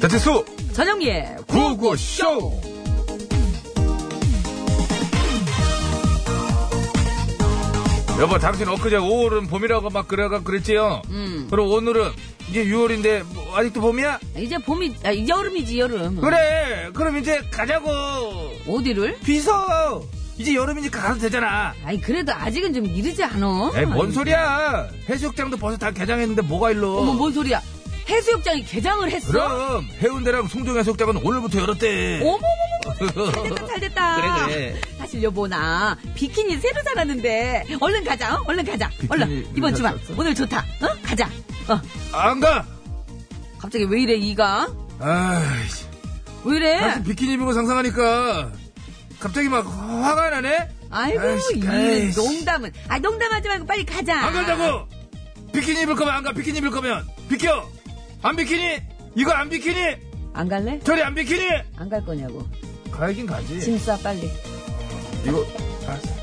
대체수 전영미의 구호구쇼 여보 당신 엊그제 5월은 봄이라고 막 그래가 그랬지요 음. 그럼 오늘은 이제 6월인데 뭐 아직도 봄이야? 이제 봄이 아, 이제 여름이지 여름 그래 그럼 이제 가자고 어디를? 비서 이제 여름이니까 가도 되잖아 아니 그래도 아직은 좀 이르지 않아 에이 뭐. 뭔 아니, 소리야 해수욕장도 벌써 다 개장했는데 뭐가 일로 어머 뭔 소리야 해수욕장이 개장을 했어? 그럼 해운대랑 송정 해수욕장은 오늘부터 열었대 어머머머 잘됐다 잘됐다 그래, 사실 여보 나 비키니 새로 사놨는데 얼른 가자 어? 얼른 가자 비키니 얼른 이번 왜 주말 샀어? 오늘 좋다 어? 가자 어 안가 갑자기 왜 이래 이가 아이씨 왜 이래 당신 비키니 입은 거 상상하니까 갑자기 막 화가 나네? 아이고 아이씨, 이 아이씨. 농담은 아 농담하지 말고 빨리 가자 안 간다고! 비키니 입을 거면 안 가, 비키니 입을 거면! 비켜! 안 비키니? 이거 안 비키니? 안 갈래? 저리 안 비키니? 안 갈 거냐고 가긴 가지. 짐 싸 빨리 이거, 아. 알았어.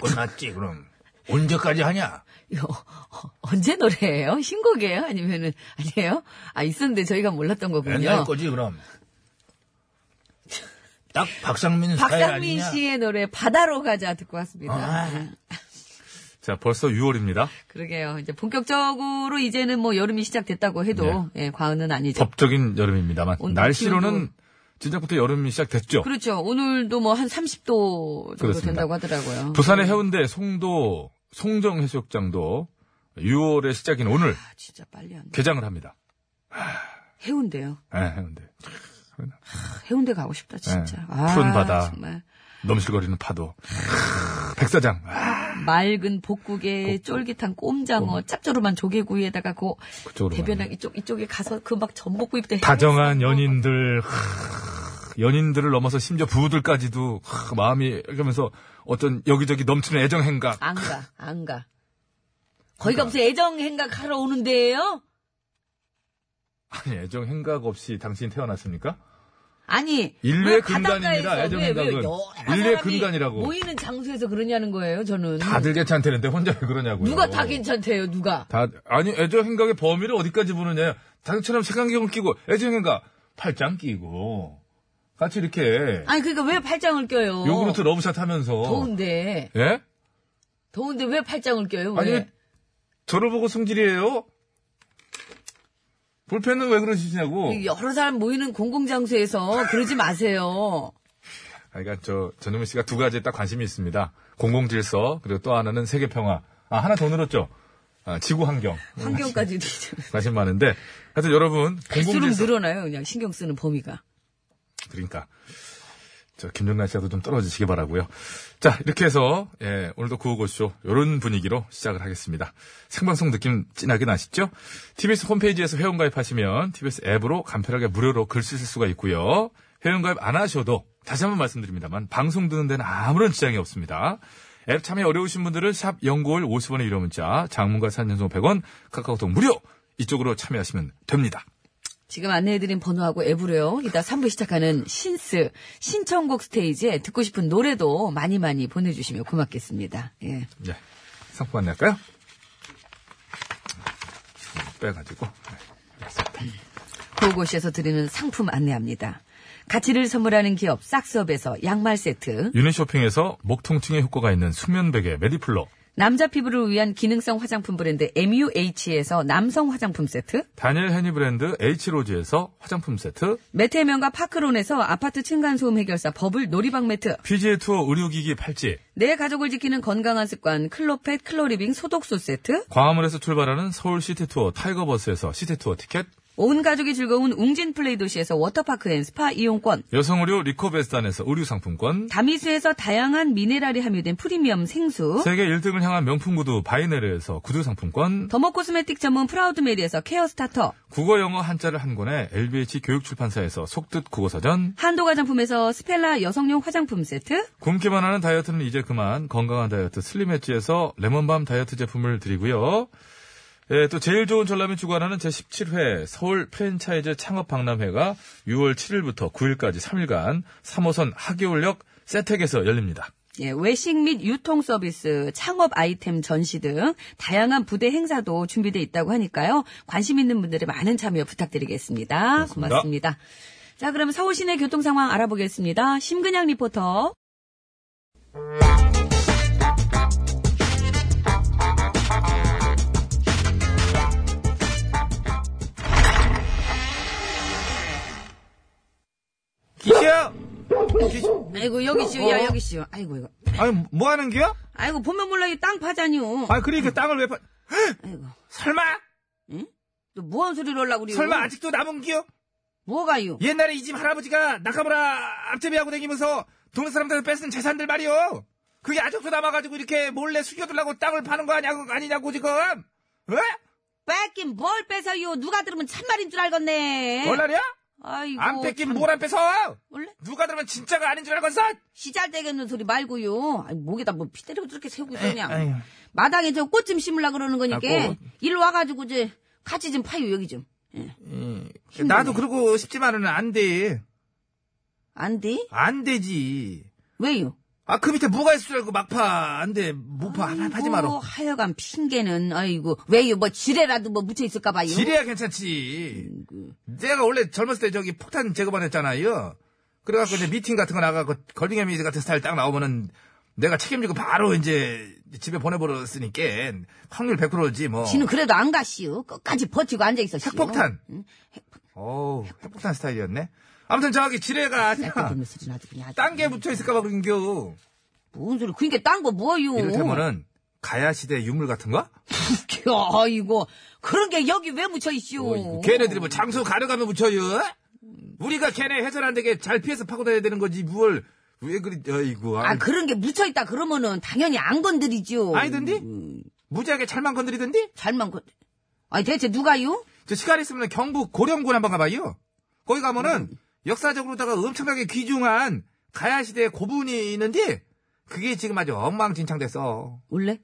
끝났지, 그럼. 언제까지 하냐? 이거 어- 언제 노래예요? 신곡이에요? 아니면은 아니에요? 아 있었는데 저희가 몰랐던 옛날 거군요. 거지, 그럼. 딱 박상민 스타일 박상민 아니냐? 씨의 노래 바다로 가자 듣고 왔습니다. 네, 아. 자, 벌써 6월입니다. 그러게요. 이제 본격적으로 이제는 뭐 여름이 시작됐다고 해도 예, 과언은 아니죠. 법적인 여름입니다만. 오늘 날씨로는 기온도- 진작부터 여름이 시작됐죠. 그렇죠. 오늘도 뭐 한 30도 정도 그렇습니다. 된다고 하더라고요. 부산의 해운대, 송도, 송정해수욕장도 6월의 시작인 오늘 아, 진짜 빨리 한다. 개장을 합니다. 해운대요. 예, 해운대. 해운대 가고 싶다 진짜. 네. 아, 푸른 바다. 정말 넘실거리는 파도. 백사장. 아, 맑은 복국에 쫄깃한 꼼장어, 짭조름한 조개구이에다가 그 그쪽으로 대변양 가네. 이쪽 이쪽에 가서 그 막 전복구이 때 다정한 연인들. 하, 연인들을 넘어서 심지어 부부들까지도 하, 마음이 그러면서 어떤 여기저기 넘치는 애정 행각. 안 가, 안 가. 거기가 무슨 애정 행각 하러 오는 데예요? 아니, 애정 행각 없이 당신이 태어났습니까? 아니, 인류의 왜 바닷가에서 근간입니다, 왜- 애정 왜 행각은. 여러 인류의 사람이 근간이라고. 모이는 장소에서 그러냐는 거예요, 저는. 다들 괜찮대는데 혼자 왜 그러냐고요. 누가 다 괜찮대요, 누가? 다 아니 애정 행각의 범위를 어디까지 보느냐. 당신처럼 색안경을 끼고 애정 행각 팔짱 끼고 같이 이렇게 아니 그러니까 왜 팔짱을 껴요? 요구르트 러브샷 하면서 더운데, 네. 예? 더운데 왜 팔짱을 껴요? 왜? 아니 왜 저를 보고 성질이에요? 볼펜은 왜 그러시냐고. 이 여러 사람 모이는 공공 장소에서 그러지 마세요. 아, 그러니까 저 전현민 씨가 두 가지에 딱 관심이 있습니다. 공공질서 그리고 또 하나는 세계 평화. 아 하나 더 늘었죠. 아, 지구 환경. 환경까지 관심 많은데 하여튼 여러분 갈수록 공공질서 늘어나요, 그냥 신경 쓰는 범위가. 그러니까 저 김정란 씨도 좀 떨어지시기 바라고요. 자 이렇게 해서 예, 오늘도 구호고쇼 이런 분위기로 시작을 하겠습니다. 생방송 느낌 진하게 나시죠? TBS 홈페이지에서 회원가입하시면 TBS 앱으로 간편하게 무료로 글 쓰실 수가 있고요. 회원가입 안 하셔도 다시 한번 말씀드립니다만 방송 듣는 데는 아무런 지장이 없습니다. 앱 참여 어려우신 분들은 샵 연구월 50원의 유료 문자, 장문과 산연송 100원, 카카오톡 무료 이쪽으로 참여하시면 됩니다. 지금 안내해드린 번호하고 앱으로요. 이따 3부 시작하는 신스 신청곡 스테이지에 듣고 싶은 노래도 많이 많이 보내주시면 고맙겠습니다. 예. 예. 상품 안내할까요? 빼가지고. 네, 알겠습니다. 고고시에서 드리는 상품 안내합니다. 가치를 선물하는 기업 싹스업에서 양말 세트, 유니 쇼핑에서 목 통증에 효과가 있는 수면 베개 메디플러, 남자 피부를 위한 기능성 화장품 브랜드 MUH에서 남성 화장품 세트, 다니엘 헤니 브랜드 H로지에서 화장품 세트, 메테면과 파크론에서 아파트 층간소음 해결사 버블 놀이방 매트, PGA 투어 의료기기 팔찌, 내 가족을 지키는 건강한 습관 클로펫 클로리빙 소독소 세트, 광화문에서 출발하는 서울 시티 투어 타이거 버스에서 시티 투어 티켓, 온 가족이 즐거운 웅진 플레이 도시에서 워터파크 앤 스파 이용권, 여성 의료 리코베스탄에서 의류 상품권, 다미수에서 다양한 미네랄이 함유된 프리미엄 생수, 세계 1등을 향한 명품 구두 바이네르에서 구두 상품권, 더모 코스메틱 전문 프라우드메리에서 케어 스타터, 국어 영어 한자를 한 권에 LBH 교육출판사에서 속뜻 국어사전, 한도 화장품에서 스펠라 여성용 화장품 세트, 굶기만 하는 다이어트는 이제 그만 건강한 다이어트 슬림 엣지에서 레몬밤 다이어트 제품을 드리고요. 예, 또 제일 좋은 전람이 주관하는 제17회 서울 프랜차이즈 창업 박람회가 6월 7일부터 9일까지 3일간 3호선 하계울역 세택에서 열립니다. 예, 외식 및 유통 서비스, 창업 아이템 전시 등 다양한 부대 행사도 준비돼 있다고 하니까요. 관심 있는 분들의 많은 참여 부탁드리겠습니다. 고맙습니다. 고맙습니다. 자, 그럼 서울 시내 교통 상황 알아보겠습니다. 심근양 리포터. 기시야! 아이고 여기 씨요, 야 여기 씨요. 아이고 이거. 아니, 뭐 하는 기야? 아이고 보면 몰라 이땅 파자니요. 아니, 그러니까 땅을 왜 파, 아이고 설마? 너 뭐한 소리를 하려고 그래요? 설마 아직도 남은 기요? 뭐가요? 옛날에 이 집 할아버지가 나카무라 앞제비하고 다니면서 동네 사람들한테 뺏은 재산들 말이요. 그게 아직도 남아가지고 이렇게 몰래 숙여두려고 땅을 파는 거 아니냐고, 아니냐고 지금. 어? 뺏긴 뭘 뺏어요? 누가 들으면 참말인 줄 알겠네. 월날이야? 아이고 안 뺏긴 참. 뭘 안 뺏어! 원래 누가 들으면 진짜가 아닌 줄 알겠어! 시잘되겠는 소리 말고요. 아니, 목에다 뭐 피 때리고 저렇게 세우고 있어 아유. 그냥. 마당에 저 꽃 좀 심으려 그러는 거니까 아, 꽃. 일로 와가지고 이제 같이 좀 파요 여기 좀. 예. 나도 그러고 싶지만은 안 돼. 안 돼? 안 되지. 왜요? 아, 그 밑에 뭐가 있을 줄 알고 막 파. 안 돼. 못 파. 뭐 하지 아이고, 마라. 하여간 핑계는 아이고 왜요? 뭐 지뢰라도 뭐 묻혀 있을까 봐요. 음, 그. 지뢰야 괜찮지. 내가 원래 젊었을 때 저기 폭탄 제거반 했잖아요. 그래갖고 이제 미팅 같은 거 나가고 걸빙애미 같은 스타일 딱 나오면은 내가 책임지고 바로 이제 집에 보내버렸으니까 확률 100%지 뭐. 지는 그래도 안 가시오. 끝까지 버티고 앉아 있었시오. 핵폭탄. 어우, 핵폭탄 스타일이었네. 아무튼 저기 지뢰가 쌀뜨기는 소리 나도 그냥. 아주 딴 게 붙어 있을까봐 그런 겨. 뭔 소리? 그니까 딴 거 뭐요? 이를테면은 가야 시대 유물 같은 거? 웃겨, 아이고 그런 게 여기 왜 묻혀 있시오? 어이구, 걔네들이 뭐 장소 가려가면 묻혀요? 우리가 걔네 해선 안 되게 잘 피해서 파고 다녀야 되는 거지 뭘 왜 그리 어이구 아 아, 그런 게 묻혀 있다 그러면은 당연히 안 건드리죠. 아니던디 음. 무지하게 잘만 건드리던디 잘만 건. 아니 대체 누가요? 저 시간 있으면 경북 고령군 한번 가봐요 거기 음. 가면은 역사적으로다가 엄청나게 귀중한 가야 시대 고분이 있는데 그게 지금 아주 엉망진창됐어 원래?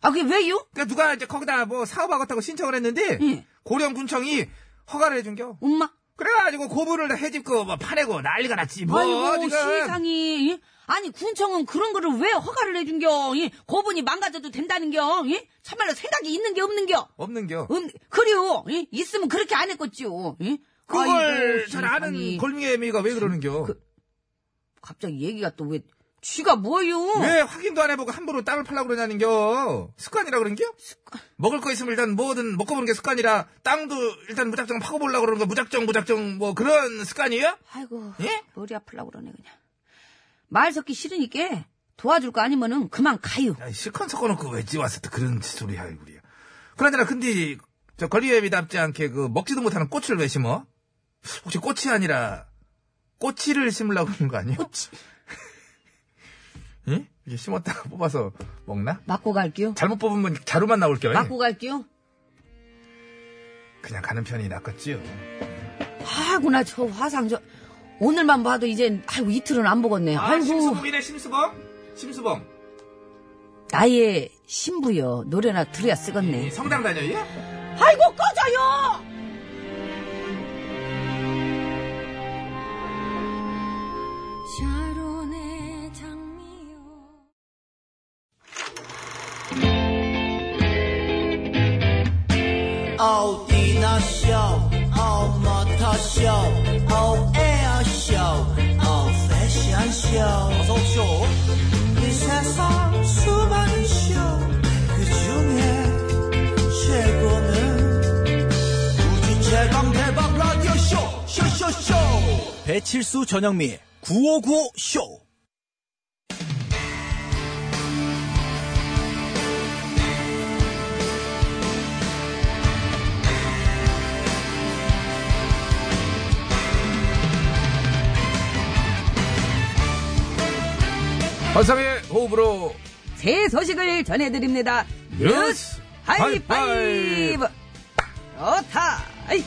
아 그게 왜요? 그러니까 누가 이제 거기다 뭐 사업하겠다고 신청을 했는데 예. 고령군청이 허가를 해준겨 엄마. 그래가지고 고분을 해집고 뭐 파내고 난리가 났지 뭐 아이고 지금 세상이. 예? 아니 군청은 그런 거를 왜 허가를 해준겨? 예? 고분이 망가져도 된다는겨? 예? 참말로 생각이 있는 게 없는겨? 없는겨 음, 그래요. 예? 있으면 그렇게 안 했겠지요. 예? 그걸 아이고, 잘 아는 세상에. 골미애미가 왜 그러는겨? 갑자기 얘기가 또 왜? 쥐가 뭐요? 왜 확인도 안 해보고 함부로 땅을 팔라고 그러냐는겨? 습관이라 그런겨? 먹을 거 있으면 일단 뭐든 먹고 보는 게 습관이라 땅도 일단 무작정 파고 보려고 그러는 거 무작정 무작정 뭐 그런 습관이에요? 아이고 예? 머리 아플라 그러네 그냥 말 섞기 싫으니까 도와줄 거 아니면은 그만 가요 야, 실컷 섞어놓고 왜 지왔을 때 그런 소리 하고 그래. 그러잖아 근데 저 권리애미답지 않게 그 먹지도 못하는 꽃을 왜 심어? 혹시 꽃이 아니라 꼬치를 심으려고 그러는 거 아니야? 꽃이 응? 이게 심었다가 뽑아서 먹나? 맞고 갈게요 잘못 뽑으면 자루만 나올 겨. 맞고 갈게요 그냥 가는 편이 낫겠지요. 아구나 저 화상 저 오늘만 봐도 이젠 아이고 이틀은 안 보겠네 아, 이고 심수봉. 심수봉. 나의 신부여 노래나 들어야 쓰겠네 성당 다녀요? 아이고 꺼져요 샤론의 장미요 어디나 쇼 어머터 쇼 어에어 쇼 어패션 쇼 어서 쇼이 세상 수많은 쇼그 중에 최고는 우주 최강 대박 라디오 쇼 쇼쇼쇼 배칠수 전영미 9595 쇼. 환상의 호흡으로 새 소식을 전해드립니다. 뉴스 하이파이브. 좋다. 아이.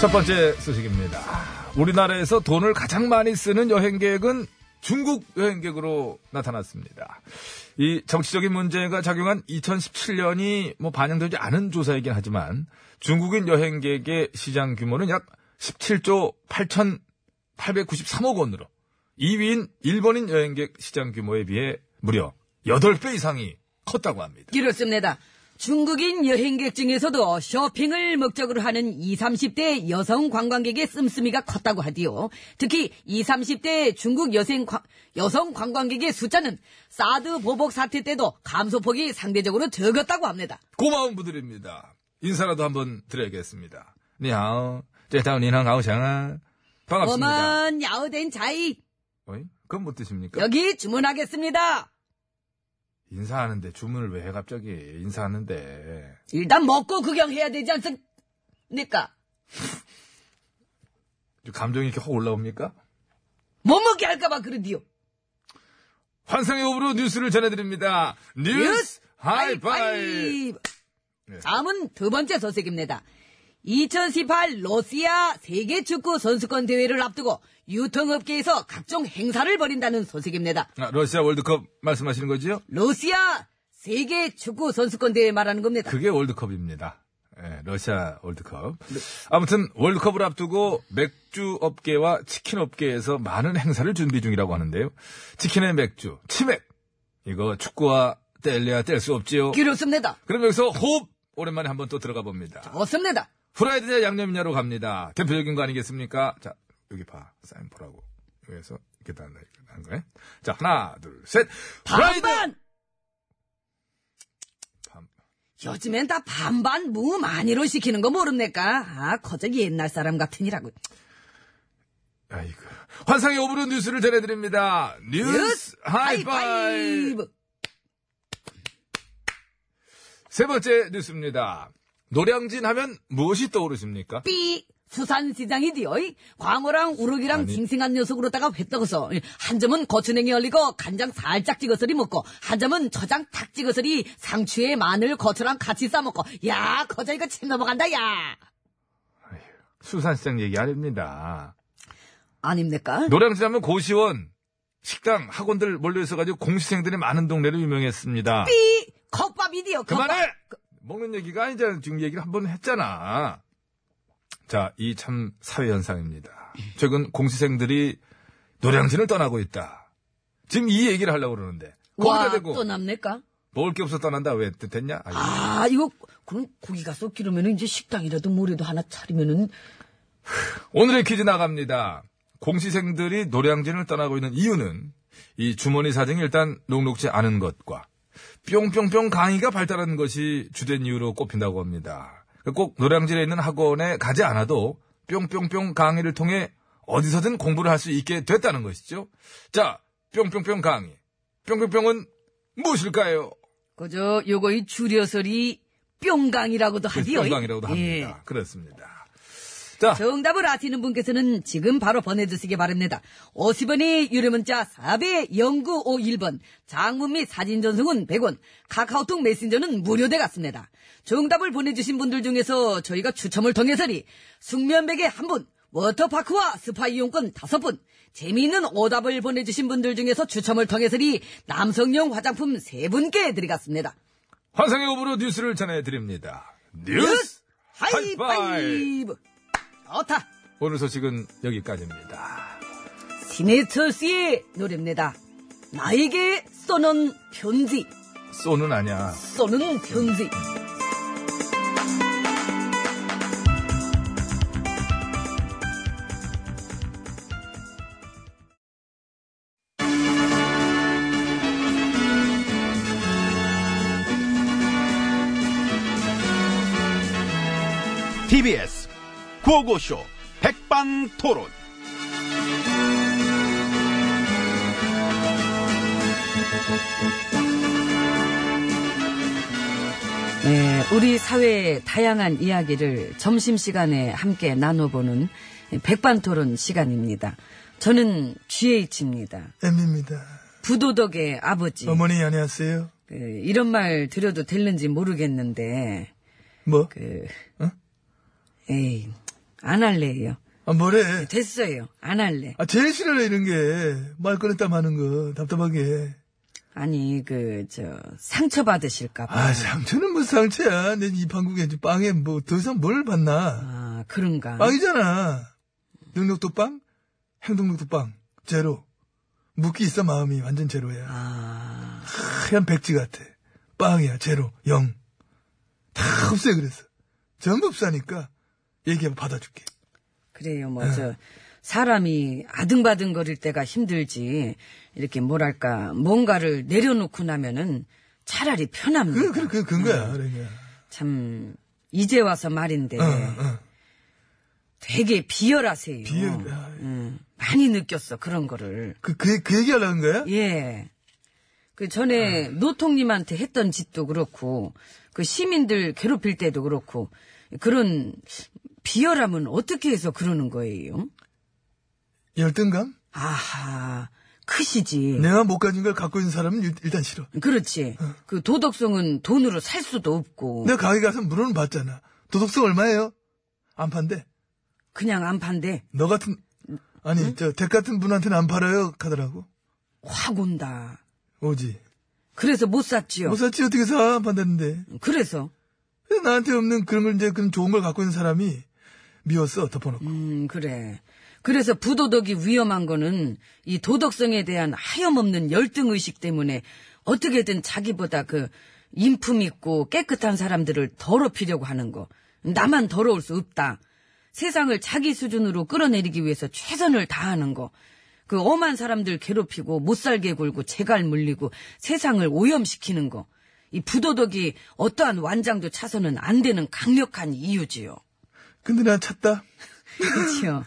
첫 번째 소식입니다. 우리나라에서 돈을 가장 많이 쓰는 여행객은 중국 여행객으로 나타났습니다. 이 정치적인 문제가 작용한 2017년이 뭐 반영되지 않은 조사이긴 하지만 중국인 여행객의 시장 규모는 약 17조 8,893억 원으로 2위인 일본인 여행객 시장 규모에 비해 무려 8배 이상이 컸다고 합니다. 그렇습니다. 중국인 여행객 중에서도 쇼핑을 목적으로 하는 20, 30대 여성 관광객의 씀씀이가 컸다고 하디요. 특히 20, 30대 중국 여성, 관- 여성 관광객의 숫자는 사드 보복 사태 때도 감소폭이 상대적으로 적었다고 합니다. 고마운 분들입니다. 인사라도 한번 드려야겠습니다. 니하오, 제타오 니랑 아오샹아. 반갑습니다. 어만 야우된 자이 어이? 그건 뭐 뜻입니까? 여기 주문하겠습니다. 인사하는데 주문을 왜 해, 갑자기? 인사하는데. 일단 먹고 구경해야 되지 않습니까? 감정이 이렇게 확 올라옵니까? 못 먹게 할까봐 그러디요. 환상의 호흡으로 뉴스를 전해드립니다. 뉴스, 하이파이! 네. 다음은 두 번째 소식입니다. 2018 러시아 세계 축구 선수권 대회를 앞두고 유통업계에서 각종 행사를 벌인다는 소식입니다. 아, 러시아 월드컵 말씀하시는 거지요? 러시아 세계 축구 선수권 대회 말하는 겁니다. 그게 월드컵입니다. 예, 러시아 월드컵. 아무튼 월드컵을 앞두고 맥주 업계와 치킨 업계에서 많은 행사를 준비 중이라고 하는데요. 치킨의 맥주, 치맥. 이거 축구와 뗄래야 뗄 수 없지요. 그렇습니다. 그럼 여기서 호흡 오랜만에 한번 또 들어가 봅니다. 없습니다. 후라이드냐 양념이냐로 갑니다. 대표적인 거 아니겠습니까? 자, 여기 봐. 사인 보라고. 여기서 이렇게 단, 단 거예요. 자, 하나, 둘, 셋. 후라이드! 반반! 밤. 요즘엔 다 반반 무 많이로 시키는 거 모릅니까? 아, 거저 옛날 사람 같으니라고. 아이고. 환상의 오브로 뉴스를 전해드립니다. 뉴스, 하이파이! 하이파이브! 세 번째 뉴스입니다. 노량진 하면 무엇이 떠오르십니까? 삐 수산시장이디요. 이. 광어랑 우럭이랑 싱싱한 녀석으로다가 회 떠서 예, 한 점은 고추냉이 얼리고 간장 살짝 찍어서리 먹고 한 점은 초장 탁 찍어서리 상추에 마늘 고추랑 같이 싸먹고 야 거저 이거 침 넘어간다 야 수산시장 얘기 아닙니다. 아닙니까? 노량진 하면 고시원, 식당, 학원들 몰려있어가지고 공시생들이 많은 동네로 유명했습니다. 삐 컵밥이디요. 컵밥. 그만해! 먹는 얘기가 아니잖아. 지금 얘기를 한 번 했잖아. 자, 이 참 사회 현상입니다. 최근 공시생들이 노량진을 떠나고 있다. 지금 이 얘기를 하려고 그러는데. 거기다 대고 와또 남니까? 먹을 게 없어 떠난다. 왜 됐냐? 아니, 예. 아 이거 그럼 고기가 썩기르면 이제 식당이라도 뭐라도 하나 차리면은 오늘의 퀴즈 나갑니다. 공시생들이 노량진을 떠나고 있는 이유는 이 주머니 사정이 일단 녹록지 않은 것과 뿅뿅뿅 강의가 발달한 것이 주된 이유로 꼽힌다고 합니다. 꼭 노량진에 있는 학원에 가지 않아도 뿅뿅뿅 강의를 통해 어디서든 공부를 할 수 있게 됐다는 것이죠. 자, 뿅뿅뿅 강의. 뿅뿅뿅은 무엇일까요? 그저 요거의 줄여서리 뿅강이라고도 하디요. 이. 뿅강이라고도 예. 합니다. 그렇습니다. 자, 정답을 아시는 분께서는 지금 바로 보내주시기 바랍니다. 50원의 유료문자 4배 0951번, 장문 및 사진 전송은 100원, 카카오톡 메신저는 무료돼 갔습니다. 정답을 보내주신 분들 중에서 저희가 추첨을 통해서리 숙면백에 한분 워터파크와 스파 이용권 5분, 재미있는 오답을 보내주신 분들 중에서 추첨을 통해서리 남성용 화장품 3분께 드리겠습니다. 환상의 오브로 뉴스를 전해드립니다. 뉴스! 하이파이브! 좋다! 오늘 소식은 여기까지입니다. 김해철 씨의 노래입니다. 나에게 써는 편지. 쏘는 아니야. 쏘는 경지. TBS 구호고쇼 백반토론. 네, 우리 사회의 다양한 이야기를 점심시간에 함께 나눠보는 백반토론 시간입니다. 저는 GH입니다. M입니다. 부도덕의 아버지. 어머니 안녕하세요. 그, 이런 말 드려도 되는지 모르겠는데, 뭐? 그, 에이, 안 할래요. 아, 뭐래? 됐어요. 안 할래. 아, 제일 싫어해, 이런 게. 말 꺼냈다 마는 거, 답답하게. 아니, 그, 저, 상처받으실까봐. 아, 상처는 뭐 상처야. 내 이 판국에 이제 빵에 뭐 더 이상 뭘 봤나. 아, 그런가. 빵이잖아. 능력도 빵, 행동력도 빵, 제로. 묶기 있어, 마음이 완전 제로야. 아, 하얀 백지 같아. 빵이야, 제로, 영. 다 없애, 그래서. 전부 없사니까 얘기하면 받아줄게. 그래요. 뭐, 저, 사람이 아등바등 거릴 때가 힘들지, 이렇게 뭐랄까, 뭔가를 내려놓고 나면은 차라리 편합니다. 그, 그, 그, 그런 음. 거야, 그러니까. 참, 이제 와서 말인데, 어, 되게 비열하세요. 비열, 아, 음, 많이 느꼈어, 그런 거를. 그, 그, 그 얘기하려는 거야? 예. 그 아. 전에 노통님한테 했던 짓도 그렇고, 그 시민들 괴롭힐 때도 그렇고, 그런 비열함은 어떻게 해서 그러는 거예요? 열등감? 아하, 크시지. 내가 못 가진 걸 갖고 있는 사람은 일- 일단 싫어. 그렇지. 네. 그 도덕성은 돈으로 살 수도 없고, 내가 가게 가서 물어는 봤잖아. 도덕성 얼마예요? 안 판대. 그냥 안 판대. 너 같은, 아니, 저, 댁 같은 분한테는 안 팔아요? 하더라고. 확 온다. 오지. 그래서 못 샀지요. 못 샀지, 어떻게 사? 안 판다는데. 그래서. 그래서 나한테 없는 그런 걸 이제, 그런 좋은 걸 갖고 있는 사람이 미웠어, 덮어놓고. 음, 그래. 그래서 부도덕이 위험한 거는 이 도덕성에 대한 하염없는 열등의식 때문에 어떻게든 자기보다 그 인품 있고 깨끗한 사람들을 더럽히려고 하는 거. 나만 더러울 수 없다. 세상을 자기 수준으로 끌어내리기 위해서 최선을 다하는 거. 그 엄한 사람들 괴롭히고 못 살게 굴고 재갈 물리고 세상을 오염시키는 거. 이 부도덕이 어떠한 완장도 차서는 안 되는 강력한 이유지요. 근데 난 찾다. 그렇죠.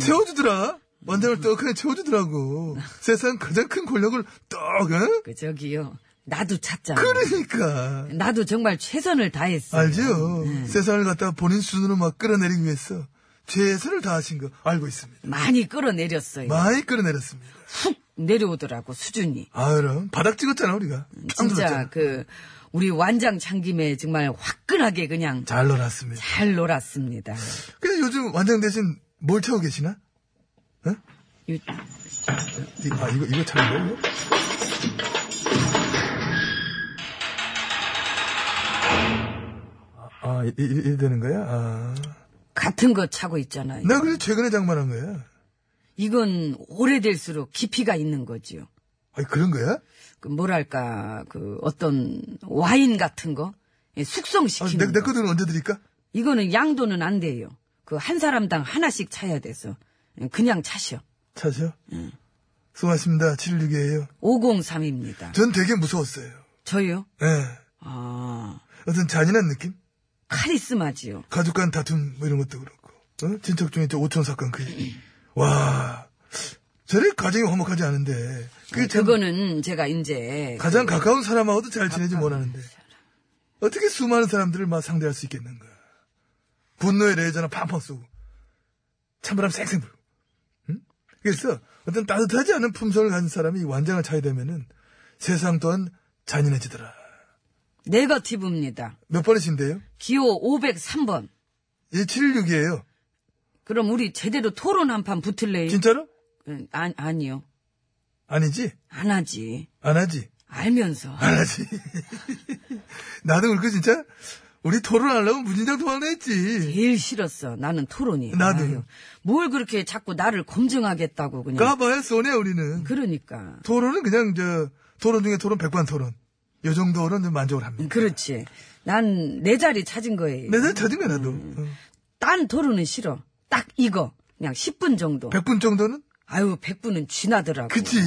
채워주더라. 원장을 떡하니 채워주더라고. 세상 가장 큰 권력을 떡, 응? 그 저기요. 나도 찾잖아. 그러니까. 나도 정말 최선을 다했어. 알죠? 예. 세상을 갖다가 본인 수준으로 막 끌어내리기 위해서 최선을 다하신 거 알고 있습니다. 많이 끌어내렸어요. 많이 끌어내렸습니다. 훅 내려오더라고 수준이. 아, 그럼. 바닥 찍었잖아, 우리가. 참 진짜 들었잖아. 그 우리 완장 참김에 정말 화끈하게 그냥 잘 놀았습니다. 잘 놀았습니다. 근데 요즘 완장 대신 뭘 차고 계시나? 이- 이- 아, 이거, 이거 차는 거예요? 아, 이, 이, 이 되는 거야? 아. 같은 거 차고 있잖아요. 나 그래서 최근에 장만한 거야. 이건 오래될수록 깊이가 있는 거지요. 아, 그런 거야? 그 뭐랄까 그 어떤 와인 같은 거 예, 아, 숙성시키는 내, 거. 내 거들은 언제 드릴까? 이거는 양도는 안 돼요. 그 한 사람당 하나씩 차야 돼서 예, 그냥 차셔. 차죠? 수고하셨습니다. 716이에요. 503입니다. 전 되게 무서웠어요. 저... 요 예. 아, 어떤 잔인한 느낌? 카리스마지요. 가족 간 다툼 뭐 이런 것도 그렇고 어? 친척 중에 저 오촌 사건 그 얘기 와 저래 가정이 화목하지 않은데 그게 참 네, 그거는 제가 이제 가장 네. 가까운 사람하고도 잘 지내지 못하는데 어떻게 수많은 사람들을 막 상대할 수 있겠는가 분노의 레이저나 팡팡 쏘고 찬바람 쌩쌩 불고 응? 그래서 어떤 따뜻하지 않은 품성을 가진 사람이 완장을 차게 되면은 세상 또한 잔인해지더라 네거티브입니다. 몇 번이신데요? 예, 기호 503번. 176이에요 그럼 우리 제대로 토론 한 판 붙을래요? 진짜로? 응, 아, 아니요. 아니지? 안 하지. 안 하지? 알면서. 안 하지. 나도 그렇고 진짜 우리 토론하려면 무진장 도망했지. 제일 싫었어. 나는 토론이. 나도요. 뭘 그렇게 자꾸 나를 검증하겠다고 그냥. 까봐야 손해 우리는. 그러니까. 토론은 그냥 저 토론 중에 토론 백반 토론. 요 정도는 좀 만족을 합니다. 그렇지. 난 내 자리 찾은 거예요. 내가 찾은 거야, 나도. 음. 어. 딴 토론은 싫어. 딱 이거. 그냥 10분 정도. 100분 어. 정도는? 아유, 100분은 쥐나더라고. 그치.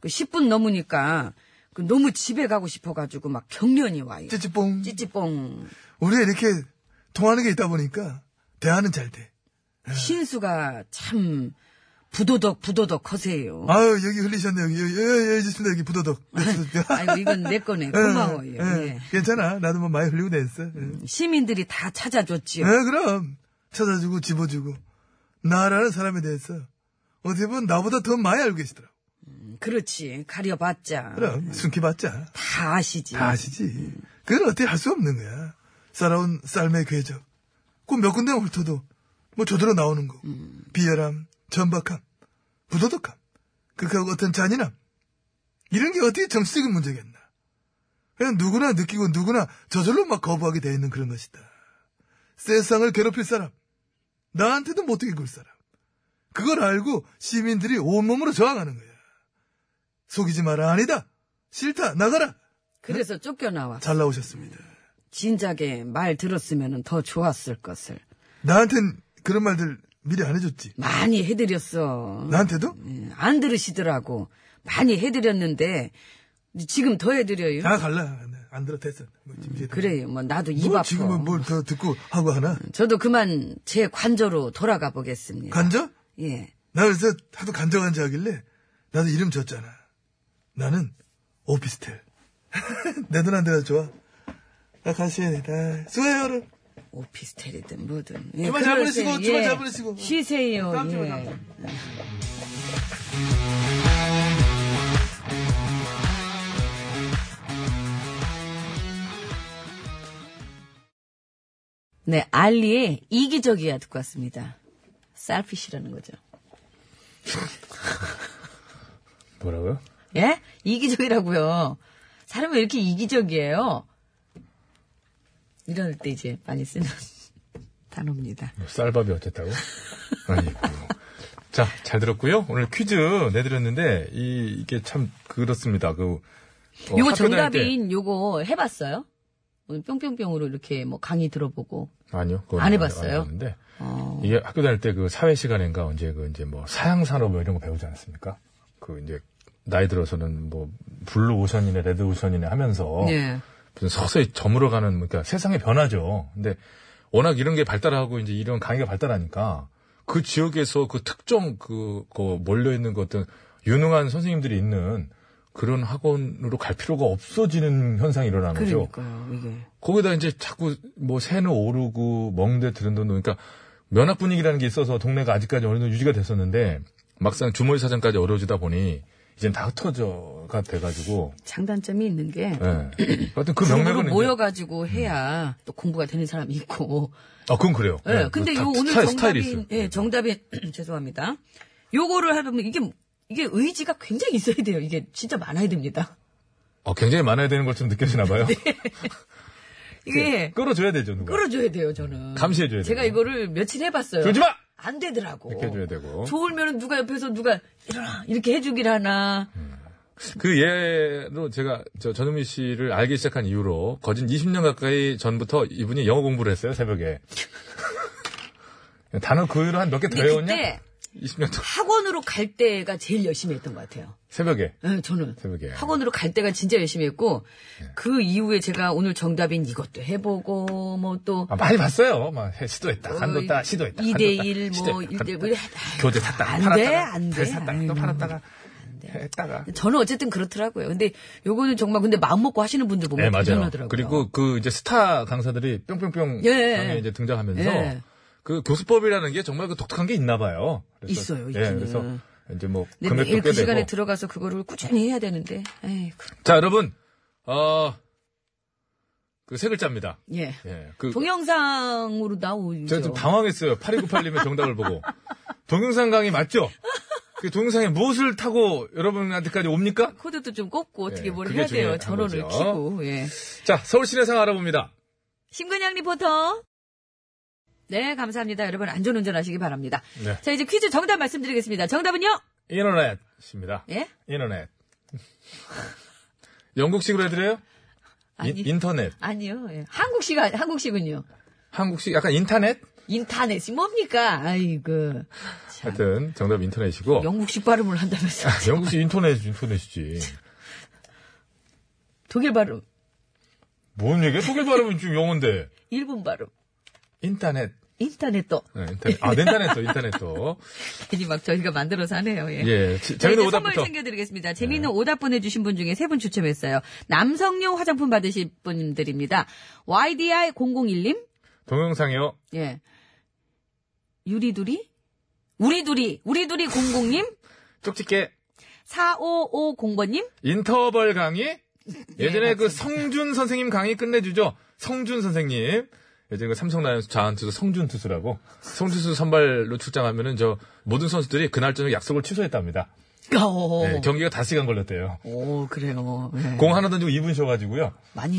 그 10분 넘으니까 그 너무 집에 가고 싶어가지고 막 경련이 와요. 찌찌뽕. 찌찌뽕. 우리가 이렇게 통하는 게 있다 보니까 대화는 잘 돼. 예. 신수가 참 부도덕 부도덕 허세요. 아유, 여기 흘리셨네, 여기. 여기, 여기, 여기 있습니다, 여기 부도덕. 네. 아이고 이건 내 거네. 고마워요. 예, 예. 예. 음, 괜찮아. 나도 뭐 많이 흘리고 냈어. 예. 시민들이 다 찾아줬지요. 예, 그럼. 찾아주고, 집어주고. 나라는 사람에 대해서 어떻게 보면 나보다 더 많이 알고 계시더라고. 그렇지. 가려봤자 그럼, 숨기봤자. 다 아시지. 다 아시지. 그건 어떻게 할 수 없는 거야. 살아온 삶의 궤적. 꼭 몇 군데 훑어도 뭐 저대로 나오는 거. 비열함, 천박함, 부도덕함, 극하고 어떤 잔인함. 이런 게 어떻게 정치적인 문제겠나. 그냥 누구나 느끼고 누구나 저절로 막 거부하게 돼 있는 그런 것이다. 세상을 괴롭힐 사람. 나한테도 못되게 굴 사람. 그걸 알고 시민들이 온몸으로 저항하는 거야. 속이지 마라. 아니다. 싫다. 나가라. 그래서 쫓겨나와. 잘 나오셨습니다. 진작에 말 들었으면 더 좋았을 것을. 나한텐 그런 말들 미리 안 해줬지. 많이 해드렸어. 나한테도? 예, 안 들으시더라고. 많이 해드렸는데 지금 더 해드려요. 다 갈라. 안 들어 됐어. 뭐 지금 이제 그래요. 뭐 나도 입 뭐 아파. 지금은 뭘 더 듣고 하고 하나? 저도 그만 제 관저로 돌아가 보겠습니다. 간저? 예. 나 그래서 하도 간저간저 하길래 나도 이름 줬잖아. 나는 오피스텔. 내 눈 안 돼서 좋아. 나 가시네. 나 수고해요. 여러분. 오피스텔이든 뭐든. 예, 주말 잘 그럴 보내시고, 땐, 주말 잘 보내시고. 네, 쉬세요. 예. 네, 알리의 이기적이야 듣고 왔습니다. 쌀피시라는 거죠. 뭐라고요? 예? 이기적이라고요. 사람이 왜 이렇게 이기적이에요? 이럴 때 이제 많이 쓰는 단어입니다. 뭐 쌀밥이 어쨌다고? 아이고. 자, 잘 들었고요. 오늘 퀴즈 내드렸는데 이 이게 참 그렇습니다. 그 어, 요거 학교 다닐 때- 정답인 요거 해봤어요? 오늘 뿅뿅뿅으로 이렇게 뭐 강의 들어보고. 아니요. 그건 안 해봤어요? 안 해봤는데 이게 학교 다닐 때 그 사회 시간인가 언제 그 이제 뭐 사양 산업 뭐 이런 거 배우지 않았습니까? 그 이제 나이 들어서는 뭐 블루 오션이네 레드 오션이네 하면서 예. 무슨 서서히 저물어가는 뭐 그러니까 세상의 변화죠. 근데 워낙 이런 게 발달하고 이제 이런 강의가 발달하니까 그 지역에서 그 특정 그, 그 몰려 있는 그 어떤 유능한 선생님들이 있는 그런 학원으로 갈 필요가 없어지는 현상이 일어나는 거죠. 그러니까요, 이게. 거기다 이제 자꾸 뭐 새는 오르고 멍대 들은 돈 그러니까 면학 분위기라는 게 있어서 동네가 아직까지 어느 정도 유지가 됐었는데 막상 주머니 사정까지 어려워지다 보니 이젠 다 흩어져가 돼가지고 장단점이 있는 게. 예. 하여튼 그 그룹으로 명맥은 이제- 모여가지고 해야 또 공부가 되는 사람이 있고. 아 그건 그래요. 예, 예, 근데 다 요 오늘 스타일, 스타일이 정답이, 있어요. 네. 예, 정답이, 죄송합니다. 요거를 해보면 이게, 이게 의지가 굉장히 있어야 돼요. 이게 진짜 많아야 됩니다. 어, 굉장히 많아야 되는 것처럼 느껴지나 봐요. 네. 예, 이게 끌어줘야 되죠 누가. 네. 끌어줘야 돼요, 저는. 감시해줘야 제가 돼요. 이거를 며칠 해봤어요. 그러지 마! 안 되더라고. 이렇게 해줘야 어, 되고. 좋으면 누가 옆에서 누가, 일어나! 이렇게 해주길 하나. 그 예로 제가 저 전우미 씨를 알기 시작한 이후로 거진 20년 가까이 전부터 이분이 영어 공부를 했어요 새벽에. 단어 그 위로 한 몇 개 더 근데 외웠냐? 그때 20년 동안 학원으로 갈 때가 제일 열심히 했던 것 같아요. 새벽에. 예, 저는 새벽에. 학원으로 갈 때가 진짜 열심히 했고 예. 그 이후에 제가 오늘 정답인 이것도 해보고 뭐또 어, 아, 많이 봤어요. 막 해, 시도했다, 간뒀다, 아, 시도했다. 2대1 뭐 시도했다, 1대1 간뒀다. 뭐 이래. 아이고, 교재 샀다, 안 팔았다가, 돼, 안 돼. 별 샀다, 또 아이고. 팔았다가, 했다가. 저는 어쨌든 그렇더라고요. 근데 요거는 정말 근데 마음 먹고 하시는 분들 보면 네, 맞아요. 대단하더라고요. 그리고 그 이제 스타 강사들이 뿅뿅뿅 예, 예. 강에 이제 등장하면서 예. 그 교수법이라는 게 정말 그 독특한 게 있나 봐요. 그래서, 있어요, 예, 있기는. 그래서 이제 뭐 근데 매일 금액도 그 꽤 시간에 되고. 들어가서 그거를 꾸준히 해야 되는데. 아이고. 그, 자, 여러분. 어. 그 세 글자입니다. 예. 예. 그 동영상으로 나오죠. 제가 좀 당황했어요. 8298님의 정답을 보고. 동영상 강의 맞죠? 그 동영상에 무엇을 타고 여러분한테까지 옵니까? 코드도 좀 꼽고 어떻게 예, 뭘 그게 해야 돼요. 중요한 전원을 거죠. 키고. 예. 자, 서울 시내상 알아봅니다. 심근양 리포터. 네, 감사합니다. 여러분 안전 운전하시기 바랍니다. 네. 자, 이제 퀴즈 정답 말씀드리겠습니다. 정답은요? 인터넷입니다. 예? 인터넷. 영국식으로 해드려요? 아니. 인, 터넷 아니요. 예. 한국식, 아- 한국식은요. 한국식 약간 인터넷? 인터넷이 뭡니까? 아이고. 참, 하여튼 정답 인터넷이고 영국식 발음을 한다면서. 영국식 인터넷 인터넷이지. 독일 발음, 뭔 얘기야? 독일 발음은 지금 영어인데. 일본 발음, 인터넷. 인터넷도. 네, 인터넷. 아, 인터넷도 인터넷도. 괜히 막 저희가 만들어서 하네요. 예. 예. 지- 재밌는 네, 이제 선물 오답부터. 챙겨드리겠습니다. 재미있는 오답 보내주신 분 중에 세 분 추첨했어요. 남성용 화장품 받으실 분들입니다. YDI001님, 동영상이요. 예. 유리두리? 우리두리, 우리두리 00님, 쪽집게. 4550번님, 인터벌 강의. 예전에 네, 그 성준 선생님 강의 끝내주죠. 성준 선생님. 예전에 그 삼성 라이온스 자한 투수 성준 투수라고. 성준 투수 선발로 출장하면은 저 모든 선수들이 그날 저녁 약속을 취소했답니다. 오, 네, 경기가 5시간 걸렸대요. 어. 오 그래요. 예. 공 하나 던지고 2분 쉬어가지고요. 많이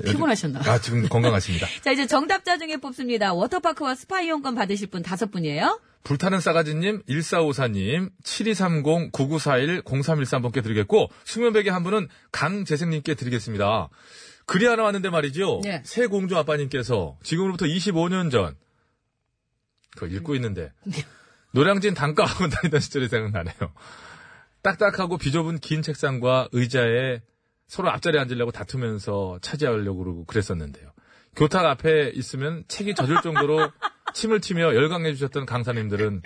네, 피곤하셨나? 아, 지금 건강하십니다. 자, 이제 정답자 중에 뽑습니다. 워터파크와 스파 이용권 받으실 분 다섯 분이에요. 불타는 싸가지님, 1454님, 7230, 9941, 0313번께 드리겠고, 숙면베개 한 분은 강재생님께 드리겠습니다. 글이 하나 왔는데 말이죠. 네. 새 공주 아빠님께서 지금으로부터 25년 전, 그거 읽고 있는데, 네. 노량진 단가 학원 다니던 시절이 생각나네요. 딱딱하고 비좁은 긴 책상과 의자에 서로 앞자리에 앉으려고 다투면서 차지하려고 그러고 그랬었는데요. 교탁 앞에 있으면 책이 젖을 정도로 침을 치며 열광해 주셨던 강사님들은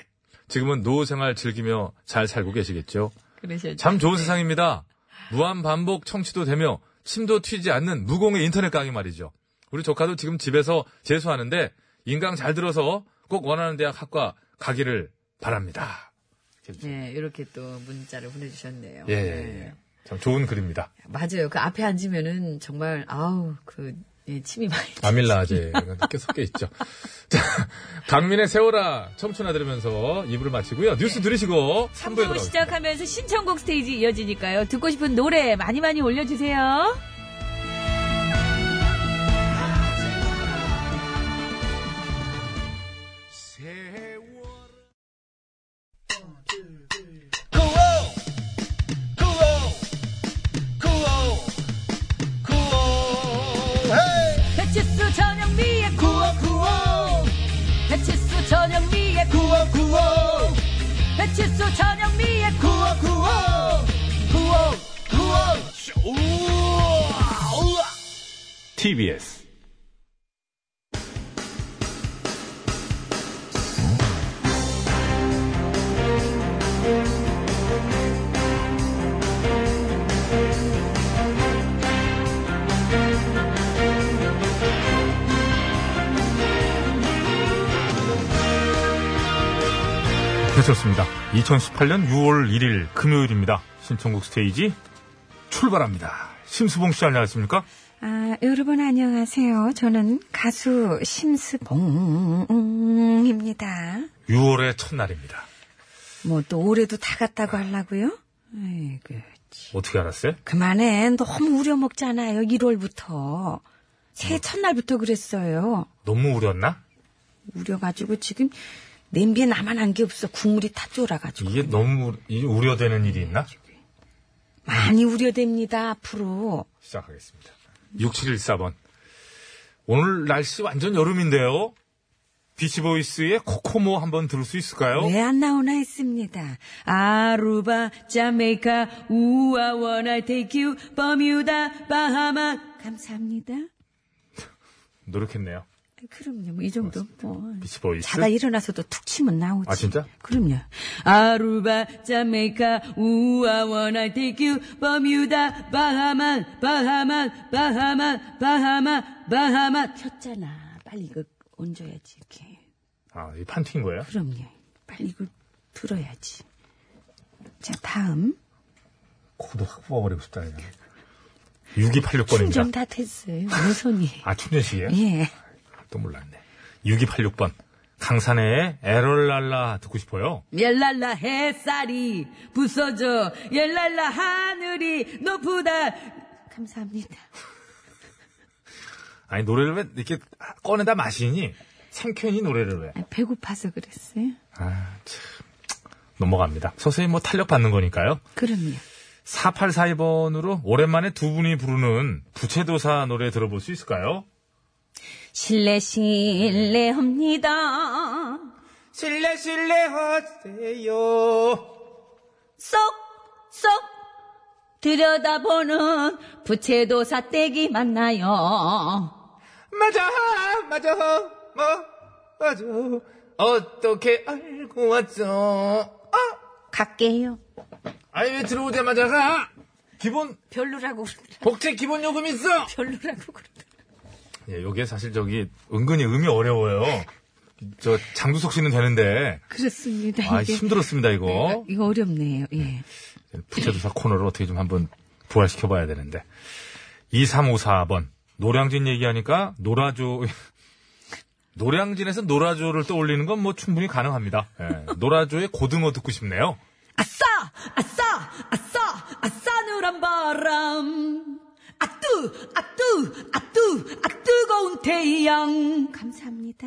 지금은 노후 생활 즐기며 잘 살고 계시겠죠. 그러셨죠. 참 좋은 세상입니다. 무한 반복 청취도 되며 침도 튀지 않는 무공의 인터넷 강의 말이죠. 우리 조카도 지금 집에서 재수하는데 인강 잘 들어서 꼭 원하는 대학 학과 가기를 바랍니다. 네, 이렇게 또 문자를 보내주셨네요. 예, 예, 네. 예. 참 좋은 글입니다. 맞아요. 그 앞에 앉으면은 정말 아우 그 예, 침이 많이. 아밀라제가 늦게 섞여 있죠. 자, 강민의 세월아 청춘아 들으면서 2부를 마치고요. 뉴스 들으시고 3부에 3부 돌아오겠습니다. 시작하면서 신청곡 스테이지 이어지니까요. 듣고 싶은 노래 많이 많이 올려주세요. 배치수 전영미의 구호 구호. 배치수 전영미의 구호 구호. 배치수 전영미의 구호. TBS 네, 좋습니다. 2018년 6월 1일 금요일입니다. 신청국 스테이지 출발합니다. 심수봉 씨 안녕하십니까? 아, 여러분 안녕하세요. 저는 가수 심스봉입니다. 6월의 첫날입니다. 뭐 또 올해도 다 갔다고 하려고요? 아이고, 어떻게 알았어요? 그만해. 너무 우려먹잖아요. 1월부터. 음. 새해 첫날부터 그랬어요. 너무 우렸나? 우려가지고 지금 냄비에 나만 한 게 없어. 국물이 다 쫄아가지고. 이게 너무 우- 이 우려되는 일이 있나? 많이 우려됩니다. 앞으로. 시작하겠습니다. 6714번. 오늘 날씨 완전 여름인데요. 비치보이스의 코코모 한번 들을 수 있을까요? 왜 안 나오나 했습니다. 아, 아, 아루바, 자메이카, 우아, 원알, 테이큐, 버뮤다, 바하마. 감사합니다. 노력했네요. 그럼요. 뭐 이 정도. 뭐. 비치보이스. 자다 일어나서도 툭 치면 나오지. 아, 진짜? 그럼요. 아루바, 자메이카, 우아, 원알, 테이큐, 버뮤다, 바하마, 바하마, 바하마, 바하마, 바하마. 폈잖아. 빨리 이거 얹어야지, 이렇게. 아, 이 판티인 거예요? 그럼요. 빨리 이거 들어야지. 자, 다음. 코도 확 뽑아버리고 싶다. 6286번입니다. 네. 충전 다 됐어요. 무선이에요. 아, 충전식이에요? 예. 또 몰랐네. 6286번. 강산의 에럴랄라 듣고 싶어요. 옐랄라 햇살이 부서져 옐랄라 하늘이 높으다 감사합니다. 아니 노래를 왜 이렇게 꺼내다 마시니 생쾌히 노래를 왜? 아, 배고파서 그랬어요. 아 참 넘어갑니다. 서서히 뭐 탄력 받는 거니까요. 그럼요. 4842번으로 오랜만에 두 분이 부르는 부채도사 노래 들어볼 수 있을까요? 실례 실례합니다. 실례 실례 하세요. 쏙쏙 들여다보는 부채도사 떼기 만나요. 맞아 맞아 뭐 맞아 어떻게 알고 왔어? 아, 갈게요. 아니 왜 들어오자마자 가? 기본 별로라고 그러더라. 복제 기본 요금 있어. 별로라고 그러더라. 예, 요게 사실 저기 은근히 음이 어려워요. 저 장두석 씨는 되는데 그렇습니다. 예. 아 이게 힘들었습니다 이거. 이거 어렵네요. 예. 부채도사 코너를 어떻게 좀 한번 부활시켜봐야 되는데. 2354번. 노량진 얘기하니까 노라조, 노량진에서 노라조를 떠올리는 건 뭐 충분히 가능합니다. 예, 노라조의 고등어 듣고 싶네요. 아싸! 아싸! 아싸! 아싸! 누란 바람. 아뜨! 아뜨! 아뜨! 아 뜨거운 태양. 감사합니다.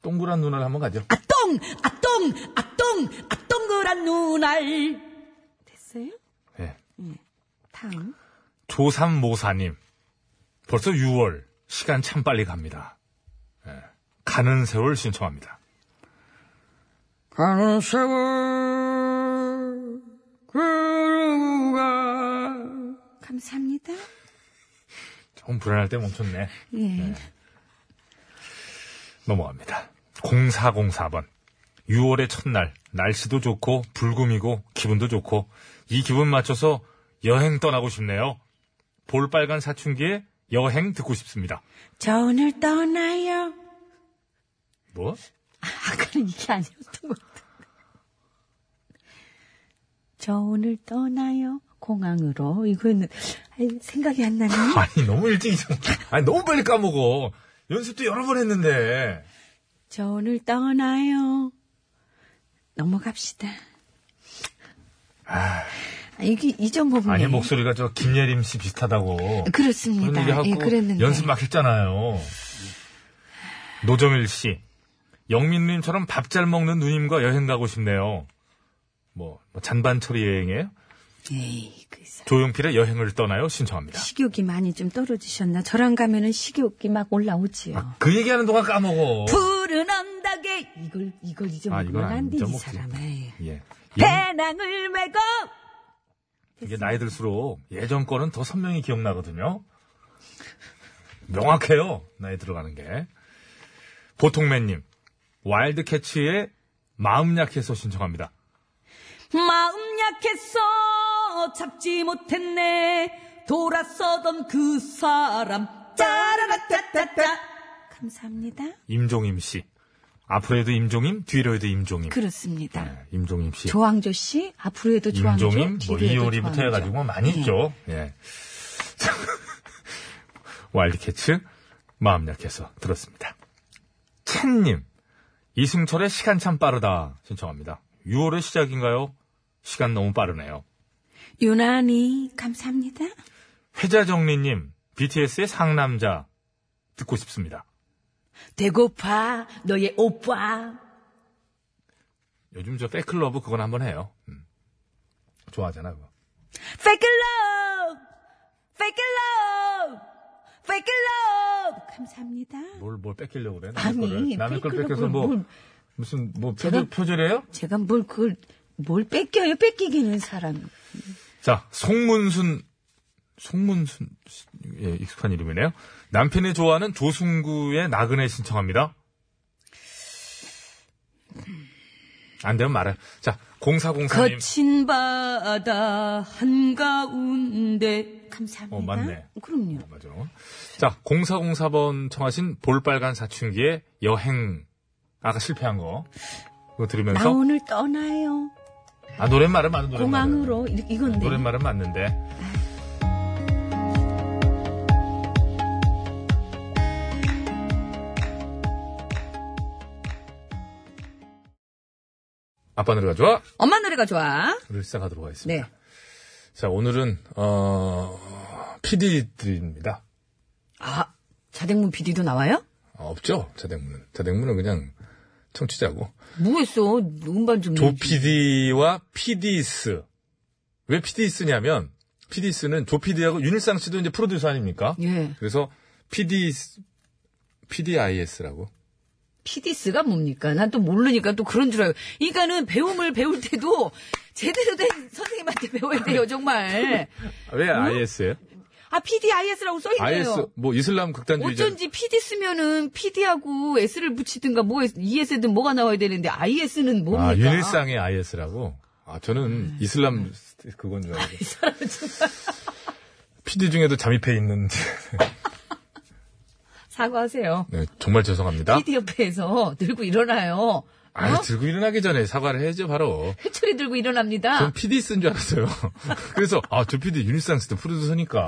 동그란 눈을 한번 가죠. 아똥! 아똥! 아똥! 아똥그란 눈알. 됐어요? 예. 다음. 조삼모사님. 벌써 6월. 시간 참 빨리 갑니다. 예, 가는 세월 신청합니다. 가는 세월 그루가 감사합니다. 조금 불안할 때 멈췄네. 예. 넘어갑니다. 0404번. 6월의 첫날, 날씨도 좋고, 불금이고, 기분도 좋고, 이 기분 맞춰서 여행 떠나고 싶네요. 볼빨간 사춘기에 여행 듣고 싶습니다. 저 오늘 떠나요. 뭐? 아까는 이게 아니었던 것 같아. 저 오늘 떠나요. 공항으로. 이거는 아이, 생각이 안 나네. 아니, 너무 일찍 잊어. 아니, 너무 빨리 까먹어. 연습도 여러 번 했는데. 저 오늘 떠나요. 넘어갑시다. 아, 이게 잊어먹네. 아니, 목소리가 저 김예림 씨 비슷하다고. 그렇습니다. 그런 얘기하고 예, 그랬는데. 연습 막 했잖아요. 노정일 씨. 영민님처럼 밥 잘 먹는 누님과 여행 가고 싶네요. 뭐, 뭐 잔반처리 여행이에요? 에이, 그 사- 조용필의 여행을 떠나요? 신청합니다. 식욕이 많이 좀 떨어지셨나? 저랑 가면은 식욕이 막 올라오지요. 아, 그 얘기하는 동안 까먹어. 푸른 언덕에 이걸 이걸 아, 이건 잊어먹으면 안 안 돼, 이 잊어먹지. 사람아. 예. 예. 예, 배낭을 메고 이게 나이 들수록 예전 거는 더 선명히 기억나거든요. 명확해요. 나이 들어가는 게. 보통맨님. 와일드캐치의 마음 약해서 신청합니다. 마음 약해서 잡지 못했네 돌아서던 그 사람 짜라라따따따 감사합니다. 네. 임종임 씨. 앞으로에도 임종임, 뒤로에도 임종임. 그렇습니다. 예, 임종임 씨. 조항조 씨 앞으로에도 조항조 임종임, 뭐 뒤로에도 이효리부터 조항조. 해가지고 많이 예. 있죠. 예. 와일드캐츠 마음 약해서 들었습니다. 첸님 이승철의 시간 참 빠르다 신청합니다. 6월의 시작인가요? 시간 너무 빠르네요. 유난히 감사합니다. 회자정리님 BTS의 상남자 듣고 싶습니다. 배고파 너의 오빠 요즘 저 팬클럽 그건 한번 해요. 음. 좋아하잖아 그거. Fake love Fake love Fake love 감사합니다. 뭘, 뭘 뺏기려고 그래? 아니, 남의 거를. 남의 걸 뺏기려고 뺏겨서 뭐, 뭘. 무슨, 뭐, 제가- 표절, 표절이에요? 제가 뭘 그걸 뭘 뺏겨요? 뺏기기는 사람. 자, 송문순, 송문순, 예, 익숙한 이름이네요. 남편이 좋아하는 조승구의 나그네 신청합니다. 안 되면 말아요. 자, 0404님. 거친 바다 한가운데 감사합니다. 어, 맞네. 그럼요. 맞아. 자, 0404번 청하신 볼빨간 사춘기의 여행. 아까 실패한 거. 그거 나 들으면서. 오늘 떠나요. 아, 노랫말은 맞는 노랫말. 공항으로 이- 이건데. 노랫말은 맞는데. 아빠 노래가 좋아? 엄마 노래가 좋아 를 시작하도록 하겠습니다. 네 자, 오늘은, 어, PD들입니다. 아, 자댕문 PD도 나와요? 어, 없죠? 자댕문은. 자댕문은 그냥 청취자고. 뭐했어? 음반 좀. 조 내지. PD와 PD스. 왜 PD스냐면 PD스는 조 PD하고 윤일상 씨도 이제 프로듀서 아닙니까? 예. 그래서 PD PDIS라고. PD스가 뭡니까? 난 또 모르니까 또 그런 줄 알고. 그러니까는 배움을 배울 때도 제대로 된 선생님한테 배워야 돼요, 정말. 왜 IS예요? 아, PDIS라고 써있네요. IS 뭐 이슬람 극단주의자. 어쩐지 PD 쓰면은 PD하고 S를 붙이든가 뭐 ES든 뭐가 나와야 되는데 IS는 뭡니까? 아, 윤일상의 IS라고? 아, 저는 이슬람 그건 줄 알고. 이 사람 PD 중에도 잠입해 있는. 사과하세요. 네, 정말 죄송합니다. PD 옆에서 들고 일어나요. 아, 들고 일어나기 전에 사과를 해야죠, 바로. 회초리 들고 일어납니다. 전 PD 쓴 줄 알았어요. 그래서, 아, 저 PD 윤일상 씨도 프로듀서니까.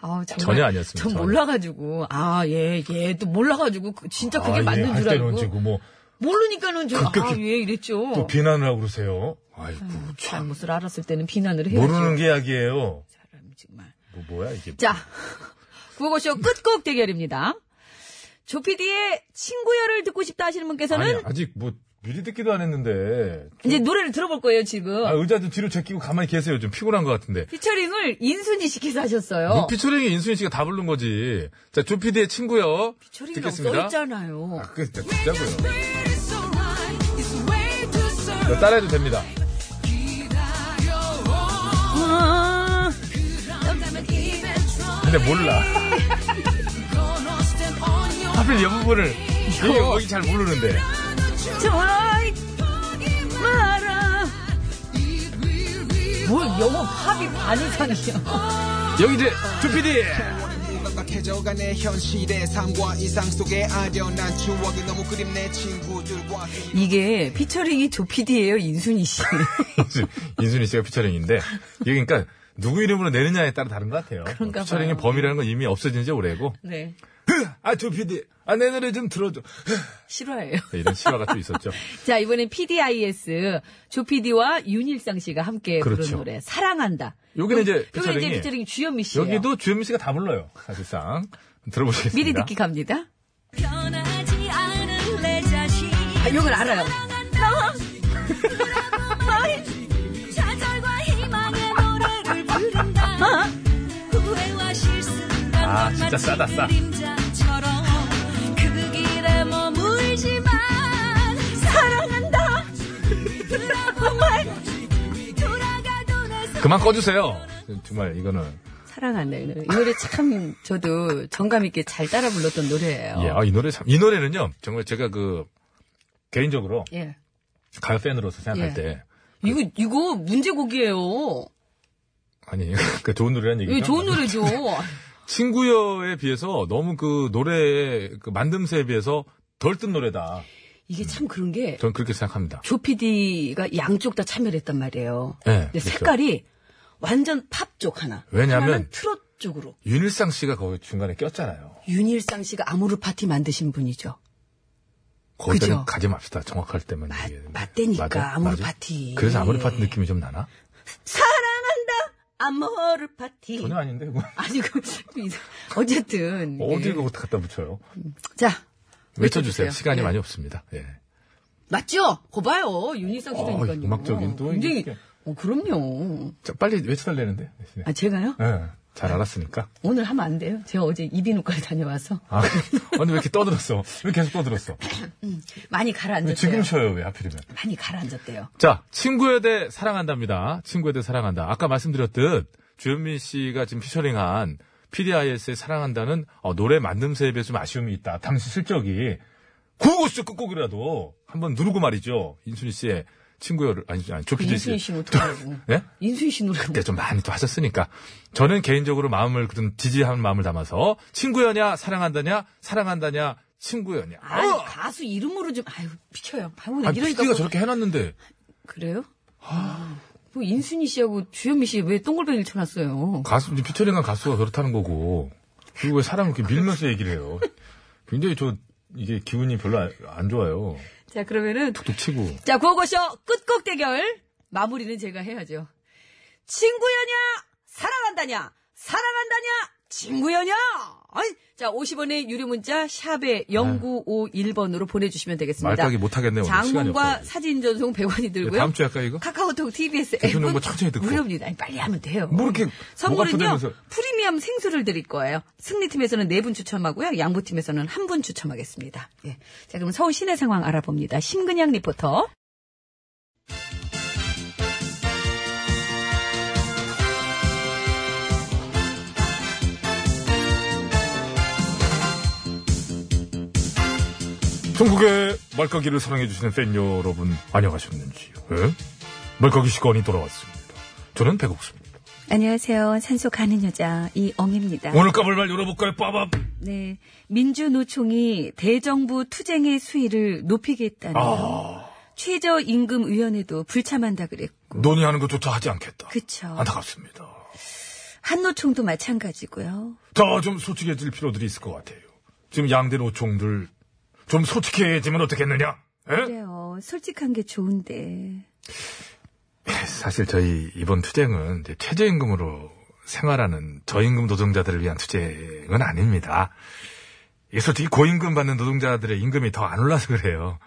아, 정말 전혀 아니었습니다, 전 전혀. 몰라가지고 아 예 예 또 몰라가지고 그- 진짜 그게 아, 예, 맞는 할 줄 때는 알고 어. 지금 뭐, 모르니까는 제가 급격히 아예 이랬죠. 또 비난을 하고 그러세요. 아이고, 참. 잘못을 알았을 때는 음. 비난을 해야지. 모르는 게 약이에요. 사람 정말. 뭐, 뭐야, 이게. 자, 구호쇼 끝곡 대결입니다. 조피디의 친구여를 듣고 싶다 하시는 분께서는 아니, 아직 뭐, 미리 듣기도 안 했는데. 이제 노래를 들어볼 거예요, 지금. 아, 의자 좀 뒤로 제끼고 가만히 계세요. 좀 피곤한 것 같은데. 피처링을 인순이 씨께서 하셨어요. 뭐 피처링이 인순이 씨가 다 부른 거지. 자, 조피디의 친구요. 피처링이 듣겠습니다. 없어있잖아요. 아, 그, 진짜 듣자고요. 이거 따라해도 됩니다. 아. 근데 몰라. 하필 이 부분을 이게 여기 잘 모르는데. 좋아이 마라. 뭘 영어 팝이 반 이상이야. 여기 이제 조피디. 뭔가 깨져가네 현실의 삶과 이상 속에 아련한 추억이 너무 그립네 친구들과 이게 피처링이 조피디예요, 인순이 씨. 인순이 씨가 피처링인데 이게 그러니까 누구 이름으로 내느냐에 따라 다른 것 같아요. 그런가 봐요. 피처링의 범위라는 건 이미 없어진 지 오래고. 네, 아 조피디, 아 내 노래 좀 들어줘. 실화예요. 네, 이런 실화가 또 있었죠. 자, 이번엔 PDIS 조피디와 윤일상 씨가 함께 그렇죠. 부른 노래 사랑한다. 여기는 이제 여기 이제 피처링이- 피처링 주현미 씨예요. 여기도 주현미 씨가 다 불러요. 사실상 들어보시겠습니다. 미리 듣기 갑니다. 아, 이걸 알아요. 어? 아, 진짜 싸다, 싸. 그 그만 꺼주세요. 정말 이거는 어. 사랑한다 이 노래. 이 노래 참 저도 정감 있게 잘 따라 불렀던 노래예요. 예, 아, 이 노래 참 이 노래는요 정말 제가 그 개인적으로 예. 가요 팬으로서 생각할 예. 때 이거 이거 문제곡이에요. 아니 그 좋은 노래라는 이거 얘기죠. 좋은 노래죠. 친구여에 비해서 너무 그 노래의 그 만듦새에 비해서 덜 뜬 노래다. 이게 참 그런 게 저는 그렇게 생각합니다. 조피디가 양쪽 다 참여를 했단 말이에요. 예, 근데 그렇죠. 색깔이 완전 팝 쪽 하나. 왜냐면- 하나는 트롯 쪽으로. 윤일상 씨가 거기 중간에 꼈잖아요. 윤일상 씨가 아모르 파티 만드신 분이죠. 거기는 그죠. 가지 맙시다. 정확할 때만 맞- 얘기해야 되는데. 맞대니까, 맞아? 아모르 맞아? 파티. 그래서 아모르 파티 느낌이 좀 나나? 사랑한다 아모르 파티. 전혀 아닌데 그거. 아니 그 이상- 어쨌든 어디를 예. 그거 갖다 붙여요? 자 외쳐주세요. 시간이 예. 많이 없습니다. 예. 맞죠? 거봐요. 윤희상 씨도 어, 있거든요. 음악적인 또 굉장히. 이게. 어, 그럼요. 자, 빨리 외쳐달라는데 대신에. 아, 제가요? 예, 잘 알았으니까. 오늘 하면 안 돼요. 제가 어제 이비인후과를 다녀와서 아, 근데 왜 이렇게 떠들었어? 왜 계속 떠들었어? 많이 왜 가라앉았대요. 지금 쉬어요, 왜 하필이면? 많이 가라앉았대요. 자, 친구에 대해 사랑한답니다. 친구에 대해 사랑한다. 아까 말씀드렸듯 주현민 씨가 지금 피처링한 PDIS의 사랑한다는 어, 노래 만듦새에 비해 좀 아쉬움이 있다. 당시 실적이 구호쇼 끝곡이라도 한번 누르고 말이죠. 인순이 씨의 친구여를 아니 아니 조피디 씨. 인수희 씨 어떡하고. 예? 인수희 씨 노래. 그 그때 좀 많이 또 하셨으니까 저는 개인적으로 마음을 그런 지지하는 마음을 담아서 친구여냐 사랑한다냐 사랑한다냐 친구여냐. 아유, 어! 가수 이름으로 좀, 아유, 미쳐요. 아유, 아니, 이러니까. PD가 뭐- 저렇게 아. 해놨는데 그래요? 뭐, 인순이 씨하고 주현미 씨 왜 똥골뱅이를 쳐놨어요? 가수, 이제 피처링한 가수가 그렇다는 거고. 그리고 왜 사람을 이렇게 밀면서 얘기를 해요. 굉장히 저, 이게 기분이 별로 안, 안 좋아요. 자, 그러면은. 툭툭 치고. 네, 자, 구호고쇼 끝곡 대결. 마무리는 제가 해야죠. 친구여냐? 사랑한다냐? 사랑한다냐? 친구여냐? 아이, 자, 50원의 유료 문자 샵에 0951번으로 보내주시면 되겠습니다. 말따기 못하겠네, 오늘. 시간이 장문과 없어요. 사진 전송 100원이 들고요. 다음 주에 할까요, 이거? 카카오톡 TBS 대표 정보 그뭐 천천히 듣고. 무료입니다. 아니, 빨리 하면 돼요. 뭐 이렇게 목 선물은요. 아프다면서. 프리미엄 생수를 드릴 거예요. 승리팀에서는 4분 추첨하고요. 양보팀에서는 1분 추첨하겠습니다. 예. 자, 그럼 서울 시내 상황 알아봅니다. 심근양 리포터. 전국의 말까기를 사랑해주시는 팬 여러분, 안녕하셨는지요? 예? 말까기 시간이 돌아왔습니다. 저는 백옥수입니다. 안녕하세요. 산소 가는 여자 네. 이엉입니다. 오늘 까불 말 열어볼까요, 빠밤? 네, 민주노총이 대정부 투쟁의 수위를 높이겠다는 아. 최저임금위원회도 불참한다 그랬고 논의하는 것조차 하지 아, 않겠다. 그쵸. 안타깝습니다. 한노총도 마찬가지고요. 자, 좀 솔직해질 필요들이 있을 것 같아요. 지금 양대 노총들, 좀 솔직해지면 어떻겠느냐? 예? 그래요. 솔직한 게 좋은데 사실 저희 이번 투쟁은 이제 최저임금으로 생활하는 저임금 노동자들을 위한 투쟁은 아닙니다. 이게 솔직히 고임금 받는 노동자들의 임금이 더 안 올라서 그래요.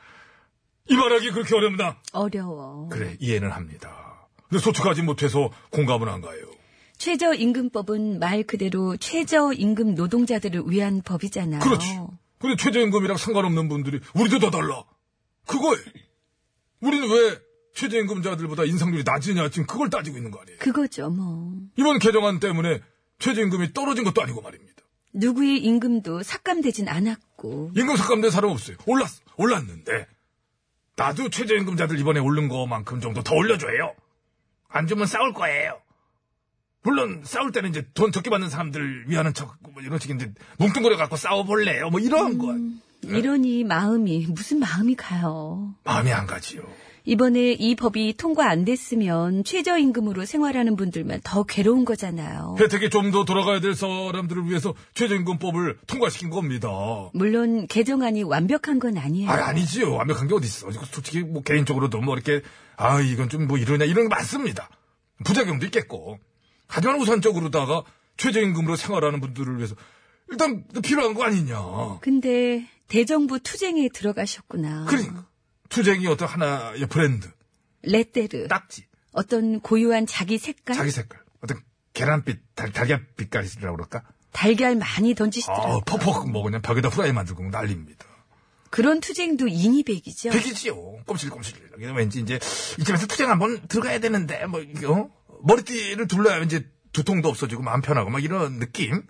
이 말하기 그렇게 어렵나? 어려워. 그래, 이해는 합니다. 근데 소축하지 못해서 공감은 안 가요. 최저임금법은 말 그대로 최저임금 노동자들을 위한 법이잖아요. 그렇지. 근데 최저임금이랑 상관없는 분들이 우리도 다 달라. 그거에. 우리는 왜 최저임금자들보다 인상률이 낮으냐 지금 그걸 따지고 있는 거 아니에요. 그거죠, 뭐. 이번 개정안 때문에 최저임금이 떨어진 것도 아니고 말입니다. 누구의 임금도 삭감되진 않았고. 임금 삭감된 사람 없어요. 올랐, 올랐는데. 나도 최저임금자들 이번에 오른 거만큼 정도 더 올려줘요. 안 주면 싸울 거예요. 물론, 싸울 때는 이제 돈 적게 받는 사람들 위하는 척, 뭐 이런 식인데, 뭉뚱그려 갖고 싸워볼래요. 뭐 이런 건. 이러니 마음이, 무슨 마음이 가요. 마음이 안 가지요. 이번에 이 법이 통과 안 됐으면 최저임금으로 생활하는 분들만 더 괴로운 거잖아요. 혜택이 좀 더 돌아가야 될 사람들을 위해서 최저임금법을 통과시킨 겁니다. 물론 개정안이 완벽한 건 아니에요. 아, 아니지요. 완벽한 게 어딨어. 솔직히 뭐 개인적으로도 뭐 이렇게, 아, 이건 좀 뭐 이러냐, 이런 게 많습니다. 부작용도 있겠고. 하지만 우선적으로다가 최저임금으로 생활하는 분들을 위해서 일단 필요한 거 아니냐. 근데 대정부 투쟁에 들어가셨구나. 그러니까. 투쟁이 어떤 하나의 브랜드, 레떼르. 딱지, 어떤 고유한 자기 색깔? 자기 색깔, 어떤 계란빛, 달, 달걀빛깔이라고 그럴까? 달걀 많이 던지시더라고요. 아, 퍽퍽 뭐 그냥 벽에다 후라이 만들고 난립니다. 그런 투쟁도 인이백이죠. 백이지요. 꼼실꼼실. 그냥 왠지 이제 이쯤에서 투쟁 한번 들어가야 되는데 뭐 이게, 어? 머리띠를 둘러야 이제 두통도 없어지고 마음 편하고 막 이런 느낌.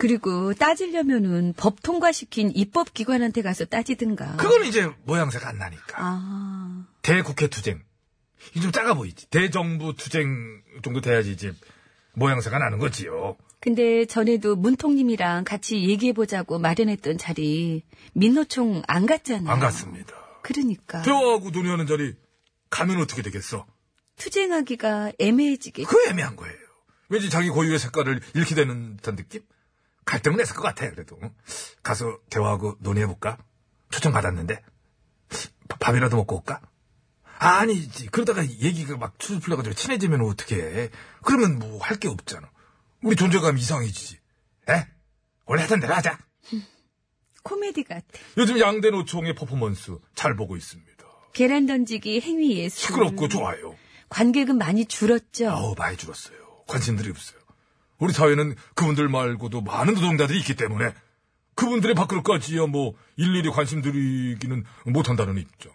그리고 따지려면은 법 통과시킨 입법기관한테 가서 따지든가. 그건 이제 모양새가 안 나니까. 아, 대국회 투쟁. 이게 좀 작아 보이지. 대정부 투쟁 정도 돼야지 이제 모양새가 나는 거지요. 근데 전에도 문통님이랑 같이 얘기해보자고 마련했던 자리 민노총 안 갔잖아요. 안 갔습니다. 그러니까 대화하고 논의하는 자리 가면 어떻게 되겠어? 투쟁하기가 애매해지게. 그 애매한 거예요. 왠지 자기 고유의 색깔을 잃게 되는 듯한 느낌? 갈등은 했을 것 같아, 그래도. 가서 대화하고 논의해볼까? 초청 받았는데? 바- 밥이라도 먹고 올까? 아니지. 그러다가 얘기가 막 추수 풀려가지고 친해지면 어떡해. 그러면 뭐 할 게 없잖아. 우리 존재감이 이상해지지. 에? 원래 하던 대로 하자. 코미디 같아. 요즘 양대 노총의 퍼포먼스 잘 보고 있습니다. 계란 던지기 행위 예술. 시끄럽고 좋아요. 관객은 많이 줄었죠. 아우 많이 줄었어요. 관심들이 없어요. 우리 사회는 그분들 말고도 많은 노동자들이 있기 때문에 그분들의 밖으로까지야 뭐 일일이 관심 들이기는 못한다는 입장.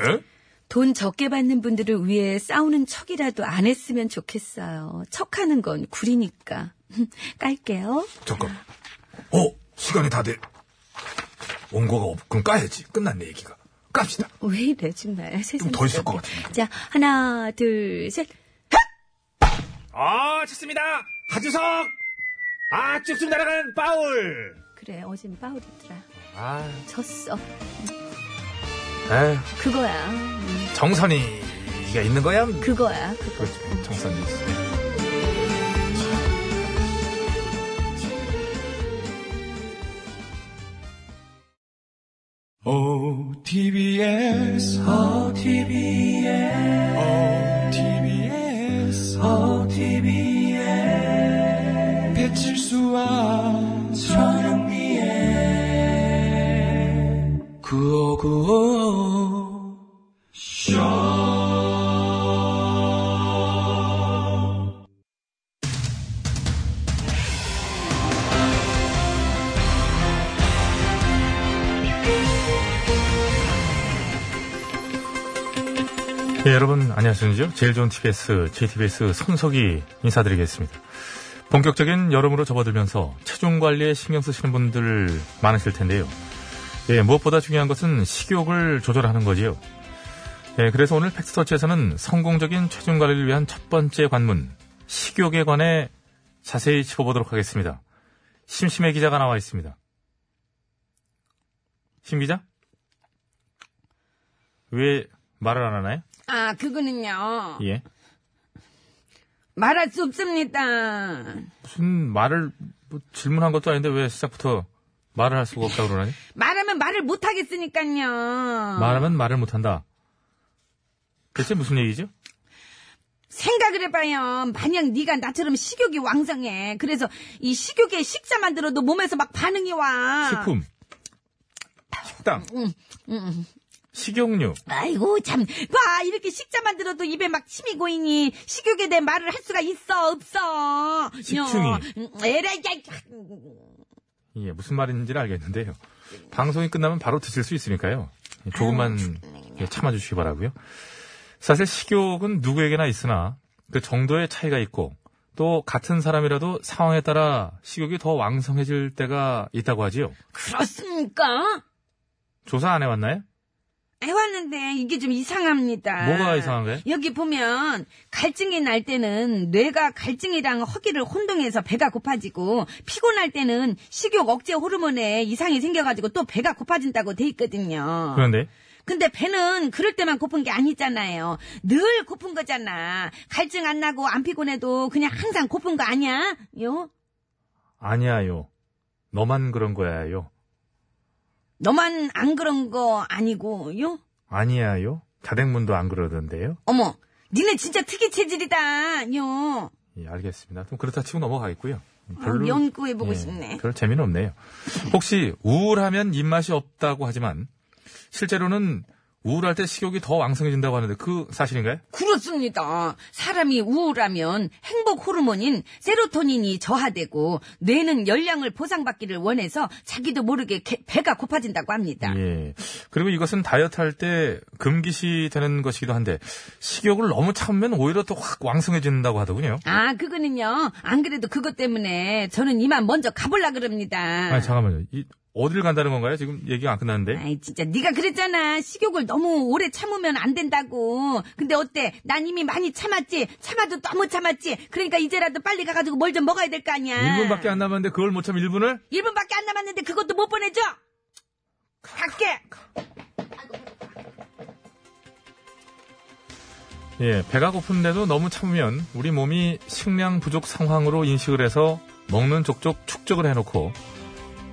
에? 돈 적게 받는 분들을 위해 싸우는 척이라도 안 했으면 좋겠어요. 척하는 건 구리니까. 깔게요. 잠깐. 어 시간이 다 돼. 온 거가 없. 그럼 까야지. 끝났네 얘기가. 깝시다. 왜 이래 정말 세상. 더 있을 것 같은데. 자 하나 둘 셋. 아, 좋습니다. 하주석! 아, 쭉쭉 날아가는 파울! 그래 어젠 파울이더라. 아, 졌어. 에 그거야. 정선이가 있는 거야. 그거야. 그거. 그렇죠. 정선이 있어. OTBS, OTBS, OTBS, OTBS, 배칠수와 저녁 네, 여러분 안녕하십니까? 제일 좋은 TBS, JTBS 손석희 인사드리겠습니다. 본격적인 여름으로 접어들면서 체중 관리에 신경 쓰시는 분들 많으실 텐데요. 예, 무엇보다 중요한 것은 식욕을 조절하는 거지요. 예, 그래서 오늘 팩스터치에서는 성공적인 체중 관리를 위한 첫 번째 관문, 식욕에 관해 자세히 짚어보도록 하겠습니다. 심심해 기자가 나와 있습니다. 심 기자? 왜 말을 안 하나요? 아, 그거는요. 예. 말할 수 없습니다. 무슨 말을 뭐 질문한 것도 아닌데 왜 시작부터 말을 할 수가 없다고 그러나요? 말하면 말을 못하겠으니까요. 말하면 말을 못한다. 대체 무슨 얘기죠? 생각을 해봐요. 만약 네가 나처럼 식욕이 왕성해. 그래서 이 식욕에 식자만 들어도 몸에서 막 반응이 와. 식품, 식당, 식용유, 아이고 참. 봐 이렇게 식자만 들어도 입에 막 침이 고이니 식욕에 대해 말을 할 수가 있어 없어. 식충이. 여, 음, 에라이 야, 예, 무슨 말인지는 알겠는데요. 방송이 끝나면 바로 드실 수 있으니까요. 조금만 예, 참아주시기 바라고요. 사실 식욕은 누구에게나 있으나 그 정도의 차이가 있고 또 같은 사람이라도 상황에 따라 식욕이 더 왕성해질 때가 있다고 하지요. 그렇습니까? 조사 안 해왔나요? 해왔는데 이게 좀 이상합니다. 뭐가 이상한가요? 여기 보면 갈증이 날 때는 뇌가 갈증이랑 허기를 혼동해서 배가 고파지고 피곤할 때는 식욕 억제 호르몬에 이상이 생겨가지고 또 배가 고파진다고 돼 있거든요. 그런데 근데 배는 그럴 때만 고픈 게 아니잖아요. 늘 고픈 거잖아. 갈증 안 나고 안 피곤해도 그냥 항상 고픈 거 아니야? 요? 아니야요. 너만 그런 거야요. 너만 안 그런 거 아니고 요? 아니야요. 자댕문도 안 그러던데요. 어머, 니네 진짜 특이 체질이다. 요. 예, 알겠습니다. 그럼 그렇다 치고 넘어가겠고요. 음, 아, 연구해보고 예, 싶네. 별 재미는 없네요. 혹시 우울하면 입맛이 없다고 하지만 실제로는 우울할 때 식욕이 더 왕성해진다고 하는데 그 사실인가요? 그렇습니다. 사람이 우울하면 행복 호르몬인 세로토닌이 저하되고 뇌는 열량을 보상받기를 원해서 자기도 모르게 개- 배가 고파진다고 합니다. 예. 그리고 이것은 다이어트 할 때 금기시 되는 것이기도 한데 식욕을 너무 참으면 오히려 또 확 왕성해진다고 하더군요. 아, 그거는요. 안 그래도 그것 때문에 저는 이만 먼저 가볼라 그럽니다. 아니 잠깐만요. 이 어디를 간다는 건가요? 지금 얘기가 안 끝났는데. 아이, 진짜 네가 그랬잖아. 식욕을 너무 오래 참으면 안 된다고. 근데 어때? 난 이미 많이 참았지. 참아도 너무 참았지. 그러니까 이제라도 빨리 가가지고 뭘 좀 먹어야 될 거 아니야. 1분밖에 안 남았는데 그걸 못 참 1분을? 1분밖에 안 남았는데 그것도 못 보내줘? 갈게! 예, 배가 고픈데도 너무 참으면 우리 몸이 식량 부족 상황으로 인식을 해서 먹는 족족 축적을 해놓고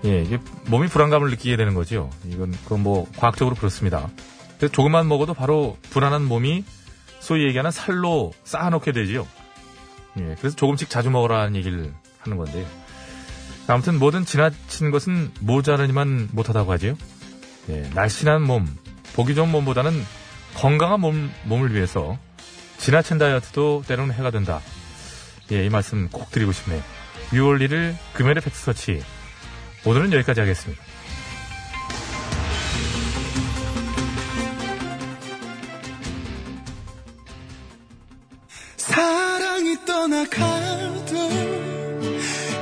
예, 이게 몸이 불안감을 느끼게 되는 거죠. 이건 그건 뭐 과학적으로 그렇습니다. 그래서 조금만 먹어도 바로 불안한 몸이 소위 얘기하는 살로 쌓아놓게 되지요. 예, 그래서 조금씩 자주 먹으라는 얘기를 하는 건데요. 아무튼 뭐든 지나친 것은 모자르니만 못하다고 하지요. 예, 날씬한 몸, 보기 좋은 몸보다는 건강한 몸, 몸을 위해서 지나친 다이어트도 때로는 해가 된다. 예, 이 말씀 꼭 드리고 싶네요. 6월 1일 금요일의 팩스터치. 오늘은 여기까지 하겠습니다. 사랑이 떠나가도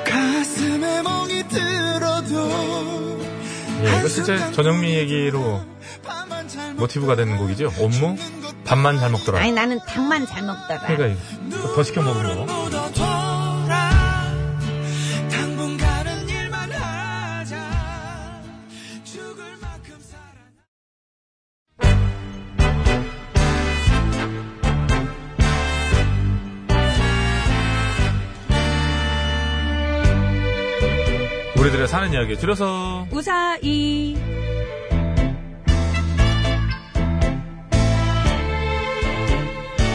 가슴에 멍이 들어도 예, 이거 진짜 전영미 얘기로 모티브가 되는 곡이죠. 업무, 밥만 잘 먹더라. 아니, 나는 닭만 잘 먹다가. 그러니까 이거 더 시켜 뭐? 먹으려고. 당분간은 일만 하자 죽을 만큼 사랑 우리들의 사는 이야기 줄여서 우사이.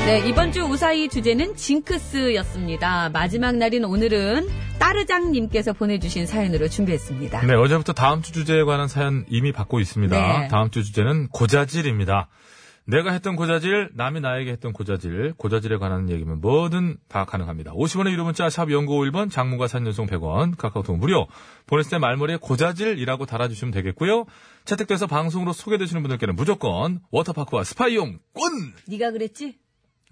네, 이번 주 우사이 주제는 징크스였습니다. 마지막 날인 오늘은 따르장님께서 보내주신 사연으로 준비했습니다. 네, 어제부터 다음 주 주제에 관한 사연 이미 받고 있습니다. 네. 다음 주 주제는 고자질입니다. 내가 했던 고자질, 남이 나에게 했던 고자질, 고자질에 관한 얘기면 뭐든 다 가능합니다. 50원의 유료 문자 샵 0951번 장문과 3년송 100원 카카오톡 무료 보냈을 때 말머리에 고자질이라고 달아주시면 되겠고요. 채택돼서 방송으로 소개되시는 분들께는 무조건 워터파크와 스파이용 권! 네가 그랬지?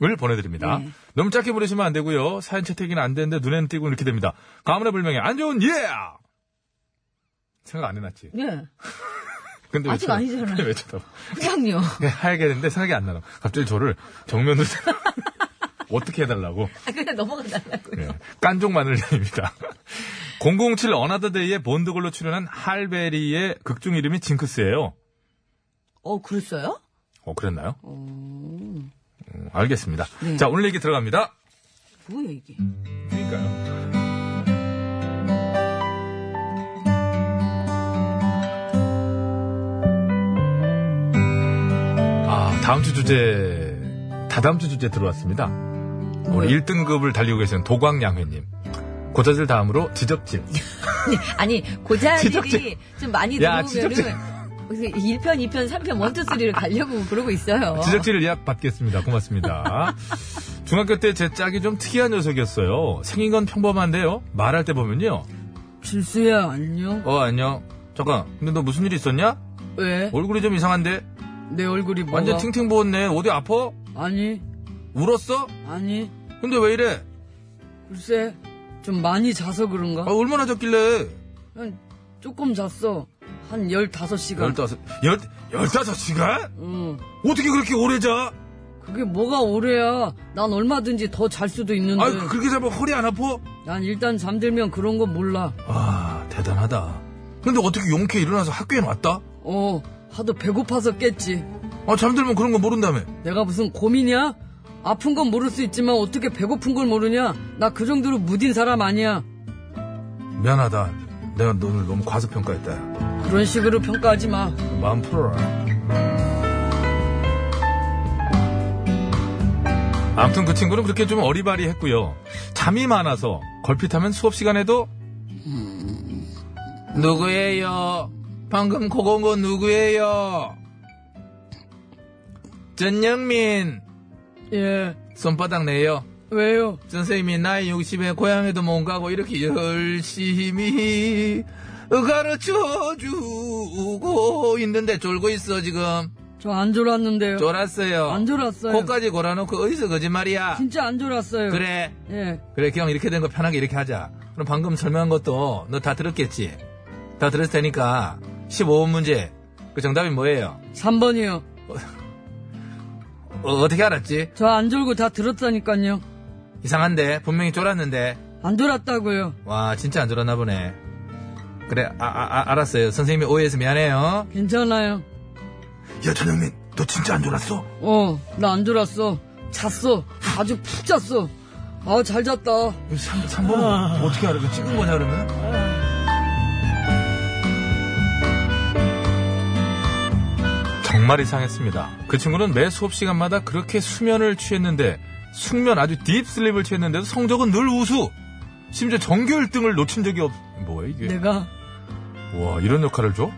을 보내드립니다. 네. 너무 짧게 보내시면 안 되고요. 사연 채택이는 안 되는데 눈에는 띄고 이렇게 됩니다. 가문의 불명예 안 좋은 예! 생각 안 해놨지. 예. 근데 왜 아직 쳐다- 아니잖아요. 근데 왜 쳐다봐? 그냥요. 네, 하얘게 했는데 생각이 안 나나. 갑자기 저를 정면으로 어떻게 해달라고. 아, 그냥 넘어가달라고. 예, 깐족 마늘님입니다. 007 어나더데이의 본드걸로 출연한 할베리의 극중 이름이 징크스예요. 어, 그랬어요? 어 그랬나요? 음, 알겠습니다. 네. 자 오늘 얘기 들어갑니다. 뭐야, 이게. 그러니까요. 아, 다음 주 주제, 다다음 주 주제 들어왔습니다. 우리 1등급을 달리고 계시는 도광양회님. 고자질 다음으로 지적질. 아니 그 고자질이 지적질. 좀 많이 야, 지적질. 들어오면은 1편, 2편, 3편, 1, 2, 3를 가려고 그러고 있어요. 지적질을 예약 받겠습니다. 고맙습니다. 중학교 때 제 짝이 좀 특이한 녀석이었어요. 생긴 건 평범한데요. 말할 때 보면요. 질수야, 안녕. 어, 안녕. 잠깐. 근데 너 무슨 일 있었냐? 왜? 얼굴이 좀 이상한데? 내 얼굴이 뭐가? 완전 팅팅 부었네. 어디 아파? 아니, 울었어? 아니. 근데 왜 이래? 글쎄, 좀 많이 자서 그런가? 아, 얼마나 잤길래? 난 조금 잤어. 한 15시간. 열다섯, 열, 열다섯 시간? 그러니까. 응. 어떻게 그렇게 오래 자? 그게 뭐가 오래야. 난 얼마든지 더 잘 수도 있는데. 아유, 그렇게 자면 허리 안 아파? 난 일단 잠들면 그런 건 몰라. 아, 대단하다. 근데 어떻게 용케 일어나서 학교에 왔다? 어, 하도 배고파서 깼지. 아, 잠들면 그런 거 모른다며. 내가 무슨 고민이야? 아픈 건 모를 수 있지만 어떻게 배고픈 걸 모르냐? 나 그 정도로 무딘 사람 아니야. 미안하다. 내가 너를 너무 과소평가했다. 그런 식으로 평가하지 마. 마음 풀어라. 아무튼 그 친구는 그렇게 좀 어리바리했고요. 잠이 많아서 걸핏하면 수업 시간에도 누구예요? 음, 방금 그거 온거 누구예요? 전영민 예, 손바닥 내요. 왜요? 선생님이 나이 60에 고향에도 못 가고 이렇게 열심히 가르쳐 주고 있는데 졸고 있어 지금 저 안 졸았는데요. 졸았어요 안 졸았어요. 코까지 골아놓고 어디서 거짓말이야 진짜 안 졸았어요. 그래 예, 그래 형 이렇게 된 거 편하게 이렇게 하자 그럼 방금 설명한 것도 너 다 들었겠지 다 들었을 테니까 15번 문제 그 정답이 뭐예요 3번이요. 어, 어떻게 알았지 저 안 졸고 다 들었다니까요. 이상한데 분명히 졸았는데 안 졸았다고요. 와 진짜 안 졸았나 보네 그래 아, 아, 아, 알았어요 선생님이 오해해서 미안해요 괜찮아요. 야, 전영민, 너 진짜 안 졸았어? 어, 나 안 졸았어. 잤어. 아주 푹 잤어. 아, 잘 잤다. 3, 삼번은 뭐 어떻게 알아? 이거 찍은 거냐, 그러면? 정말 이상했습니다. 그 친구는 매 수업 시간마다 그렇게 수면을 취했는데 숙면 아주 딥슬립을 취했는데도 성적은 늘 우수. 심지어 정규 1등을 놓친 적이 없. 뭐야 이게? 내가 와 이런 역할을 줘?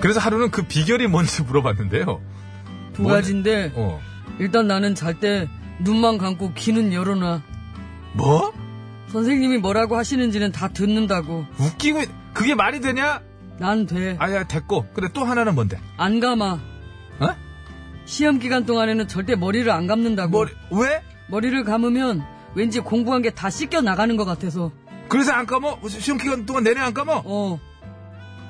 그래서 하루는 그 비결이 뭔지 물어봤는데요. 두 뭐네? 가지인데, 어. 일단 나는 잘 때 눈만 감고 귀는 열어놔. 뭐? 선생님이 뭐라고 하시는지는 다 듣는다고. 웃기고 있- 그게 말이 되냐? 난 돼. 아야 됐고. 근데 또 하나는 뭔데? 안 감아. 어? 시험 기간 동안에는 절대 머리를 안 감는다고. 머리 뭐, 왜? 를 감으면 왠지 공부한 게 다 씻겨 나가는 것 같아서. 그래서 안 감어? 뭐, 시험 기간 동안 내내 안 감어? 어,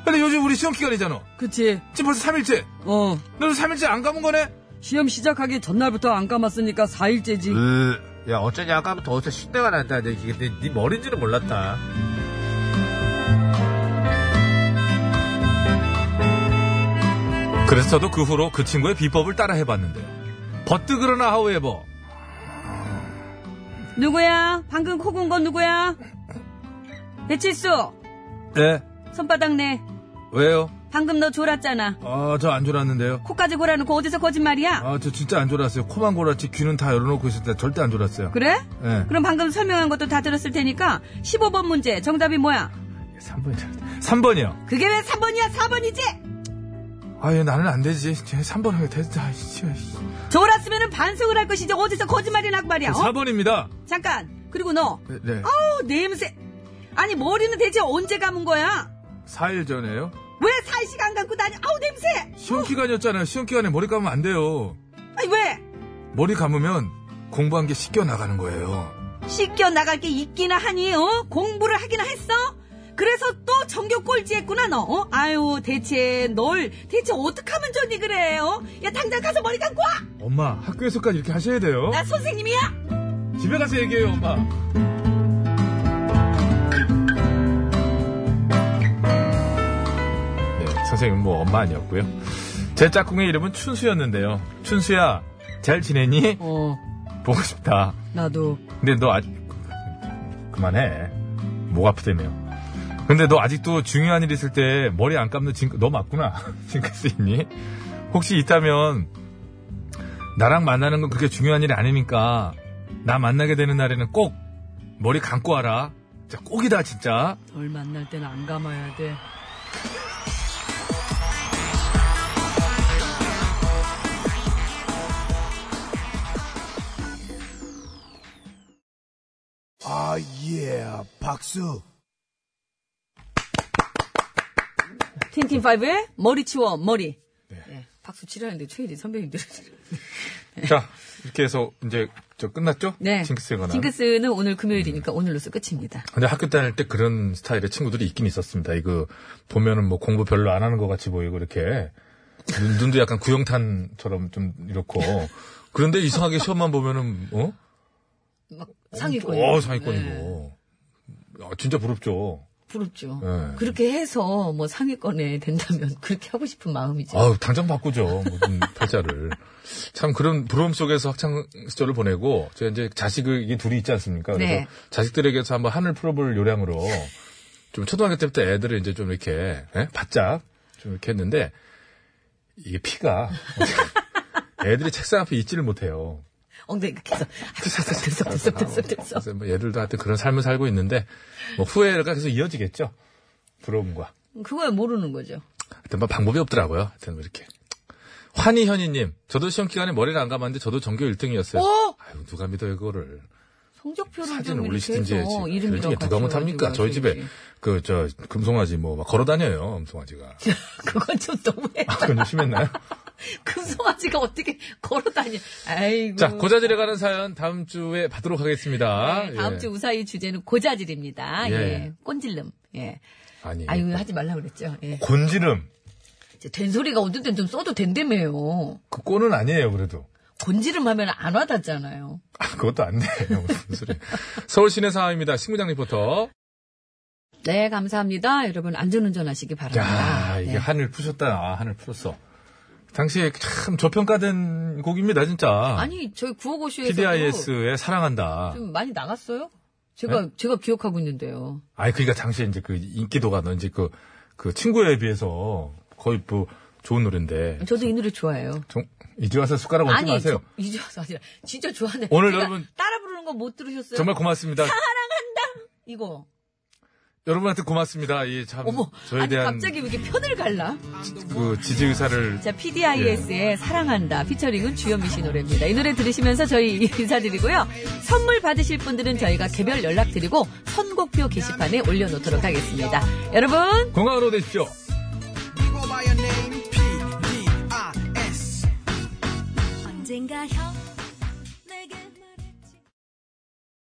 근데 요즘 우리 시험 기간이잖아. 그치. 지금 벌써 3일째. 어, 너도 3일째 안 감은 거네? 시험 시작하기 전날부터 안 감았으니까 4일째지. 야, 어쩐지 아까부터 어째 신내가 난다. 근데 네 머리인지는 몰랐다. 그래서 저도 그 후로 그 친구의 비법을 따라 해봤는데요. 버뜨그러나 하우에버. 누구야? 방금 코 군 건 누구야? 배칠수 네, 손바닥 내. 왜요? 방금 너 졸았잖아. 아, 저 안 졸았는데요. 코까지 골아놓고 어디서 거짓말이야? 아, 저 진짜 안 졸았어요. 코만 골았지 귀는 다 열어놓고 있었는데 절대 안 졸았어요. 그래? 예. 그럼 방금 설명한 것도 다 들었을 테니까 15번 문제 정답이 뭐야? 3번이 잘 3번이요. 그게 왜 3번이야 4번이지? 아, 얘 나는 안 되지. 쟤 3번 하게 됐다. 아이씨, 아이씨. 졸았으면 반성을 할 것이지 어디서 거짓말이나 하고 말이야. 어? 4번입니다. 잠깐. 그리고 너. 네. 아우 냄새. 아니 머리는 대체 언제 감은 거야? 4일 전에요. 왜 사이식 안 감고 다니? 아우 냄새. 시험 기간이었잖아요. 시험 기간에 머리 감으면 안 돼요. 아니 왜? 머리 감으면 공부한 게 씻겨 나가는 거예요. 씻겨 나갈 게 있기나 하니 어? 공부를 하기나 했어? 그래서 또 전교 꼴찌했구나 너. 어? 아유 대체 널 대체 어떻게 하면 좋니 그래? 어? 야 당장 가서 머리 감고 와. 엄마, 학교에서까지 이렇게 하셔야 돼요. 나 선생님이야. 집에 가서 얘기해요, 엄마. 네, 선생님은 뭐 엄마 아니었고요. 제 짝꿍의 이름은 춘수였는데요. 춘수야, 잘 지내니? 어 보고 싶다. 나도. 근데 너 아직 그만해. 목 아프다며. 근데 너 아직도 중요한 일 있을 때 머리 안 감는 징크 너 맞구나. 징크스 있니? 혹시 있다면 나랑 만나는 건 그렇게 중요한 일이 아니니까 나 만나게 되는 날에는 꼭 머리 감고 와라. 진짜 꼭이다 진짜. 널 만날 땐 안 감아야 돼. 아, 예, 박수. 틴틴 파이브의 머리 치워 머리. 네. 예, 박수 치라는데 최일이 선배님들. 자 이렇게 해서 이제 저 끝났죠? 네. 징크스에 관한. 징크스는 오늘 금요일이니까 오늘로써 끝입니다. 근데 학교 다닐 때 그런 스타일의 친구들이 있긴 있었습니다. 이거 그 보면은 뭐 공부 별로 안 하는 것 같이 보이고 이렇게 눈, 도 약간 구형탄처럼 좀 이렇고 그런데 이상하게 시험만 보면은 어? 막 상위권. 어 상위권이고 네. 아, 진짜 부럽죠. 부럽죠. 네. 그렇게 해서 뭐 상위권에 된다면 그렇게 하고 싶은 마음이죠. 아우 당장 바꾸죠 모든 팔자를 참 그런 부러움 속에서 학창 시절을 보내고 제가 이제 자식이 둘이 있지 않습니까? 그래서 네. 자식들에게서 한번 한을 풀어볼 요량으로 좀 초등학교 때부터 애들을 이제 좀 이렇게 예? 바짝 좀 이렇게 했는데 이게 피가 애들이 책상 앞에 있지를 못해요. 엉덩이가 계속 들썩 들썩 들썩 들썩. 그래서 뭐 얘들도 하여튼 그런 삶을 살고 있는데 뭐 후회가 계속 이어지겠죠. 부러움과. 그거야 모르는 거죠. 하여튼 뭐 방법이 없더라고요. 하여튼 뭐 이렇게. 환희현이님, 저도 시험 기간에 머리를 안 감았는데 저도 전교 1등이었어요. 어? 아유, 누가 믿어, 이거를. 성적표를 사진을 좀 올리시든지 이렇게 해서 해야지. 이름이랑 그러니까 누가 같이 못합니까? 해가지고 저희 집에, 해야지. 그, 저, 금송아지 뭐, 막 걸어 다녀요, 금송아지가. 그건 좀 너무해. 아, 그건 좀 심했나요? 뭐. 금송아지가 어떻게 걸어다니. 아이고. 자, 고자질에 가는 사연 다음 주에 받도록 하겠습니다. 네, 다음 예. 주 우사의 주제는 고자질입니다. 예. 예. 꼰질름. 예. 아니. 뭐 아유 하지 말라 그랬죠. 예. 곤지름. 이제 된 소리가 어쨌든좀 써도 된다며요. 그 꼰은 아니에요, 그래도. 곤지름 하면 안 와닿잖아요. 아, 그것도 안 돼요. 무슨 소리. 서울 시내 상황입니다. 신구장 리포터. 네 감사합니다. 여러분 안전운전 하시기 바랍니다. 야, 이게 네. 한을 푸셨다. 아, 한을 풀었어. 당시에 참 저평가된 곡입니다, 진짜. 아니 저희 구호고쇼에서 PDIS의 사랑한다. 좀 많이 나갔어요? 제가 네? 제가 기억하고 있는데요. 아니, 그러니까 당시에 이제 그 인기도가 너 이제 그, 그 친구에 비해서 거의 뭐 좋은 노래인데. 저도 이 노래 좋아해요. 정- 이제 와서 숟가락 얹지 아니 마세요. 저- 이제 와서 아니라 진짜 좋아하네. 어, 오늘 제가 여러분- 따라 부르는 거 못 들으셨어요? 정말 고맙습니다. 이거 여러분한테 고맙습니다. 이 참, 어머 음, 저에 아니 대한 갑자기 왜 이렇게 편을 갈라? 그 지지 의사를 자, PDIS의 예. 사랑한다 피처링은 주현미 씨 노래입니다. 이 노래 들으시면서 저희 인사드리고요. 선물 받으실 분들은 저희가 개별 연락드리고 선곡표 게시판에 올려놓도록 하겠습니다. 여러분 건강으로 되십시오. go by a name P D I S. 언젠가 형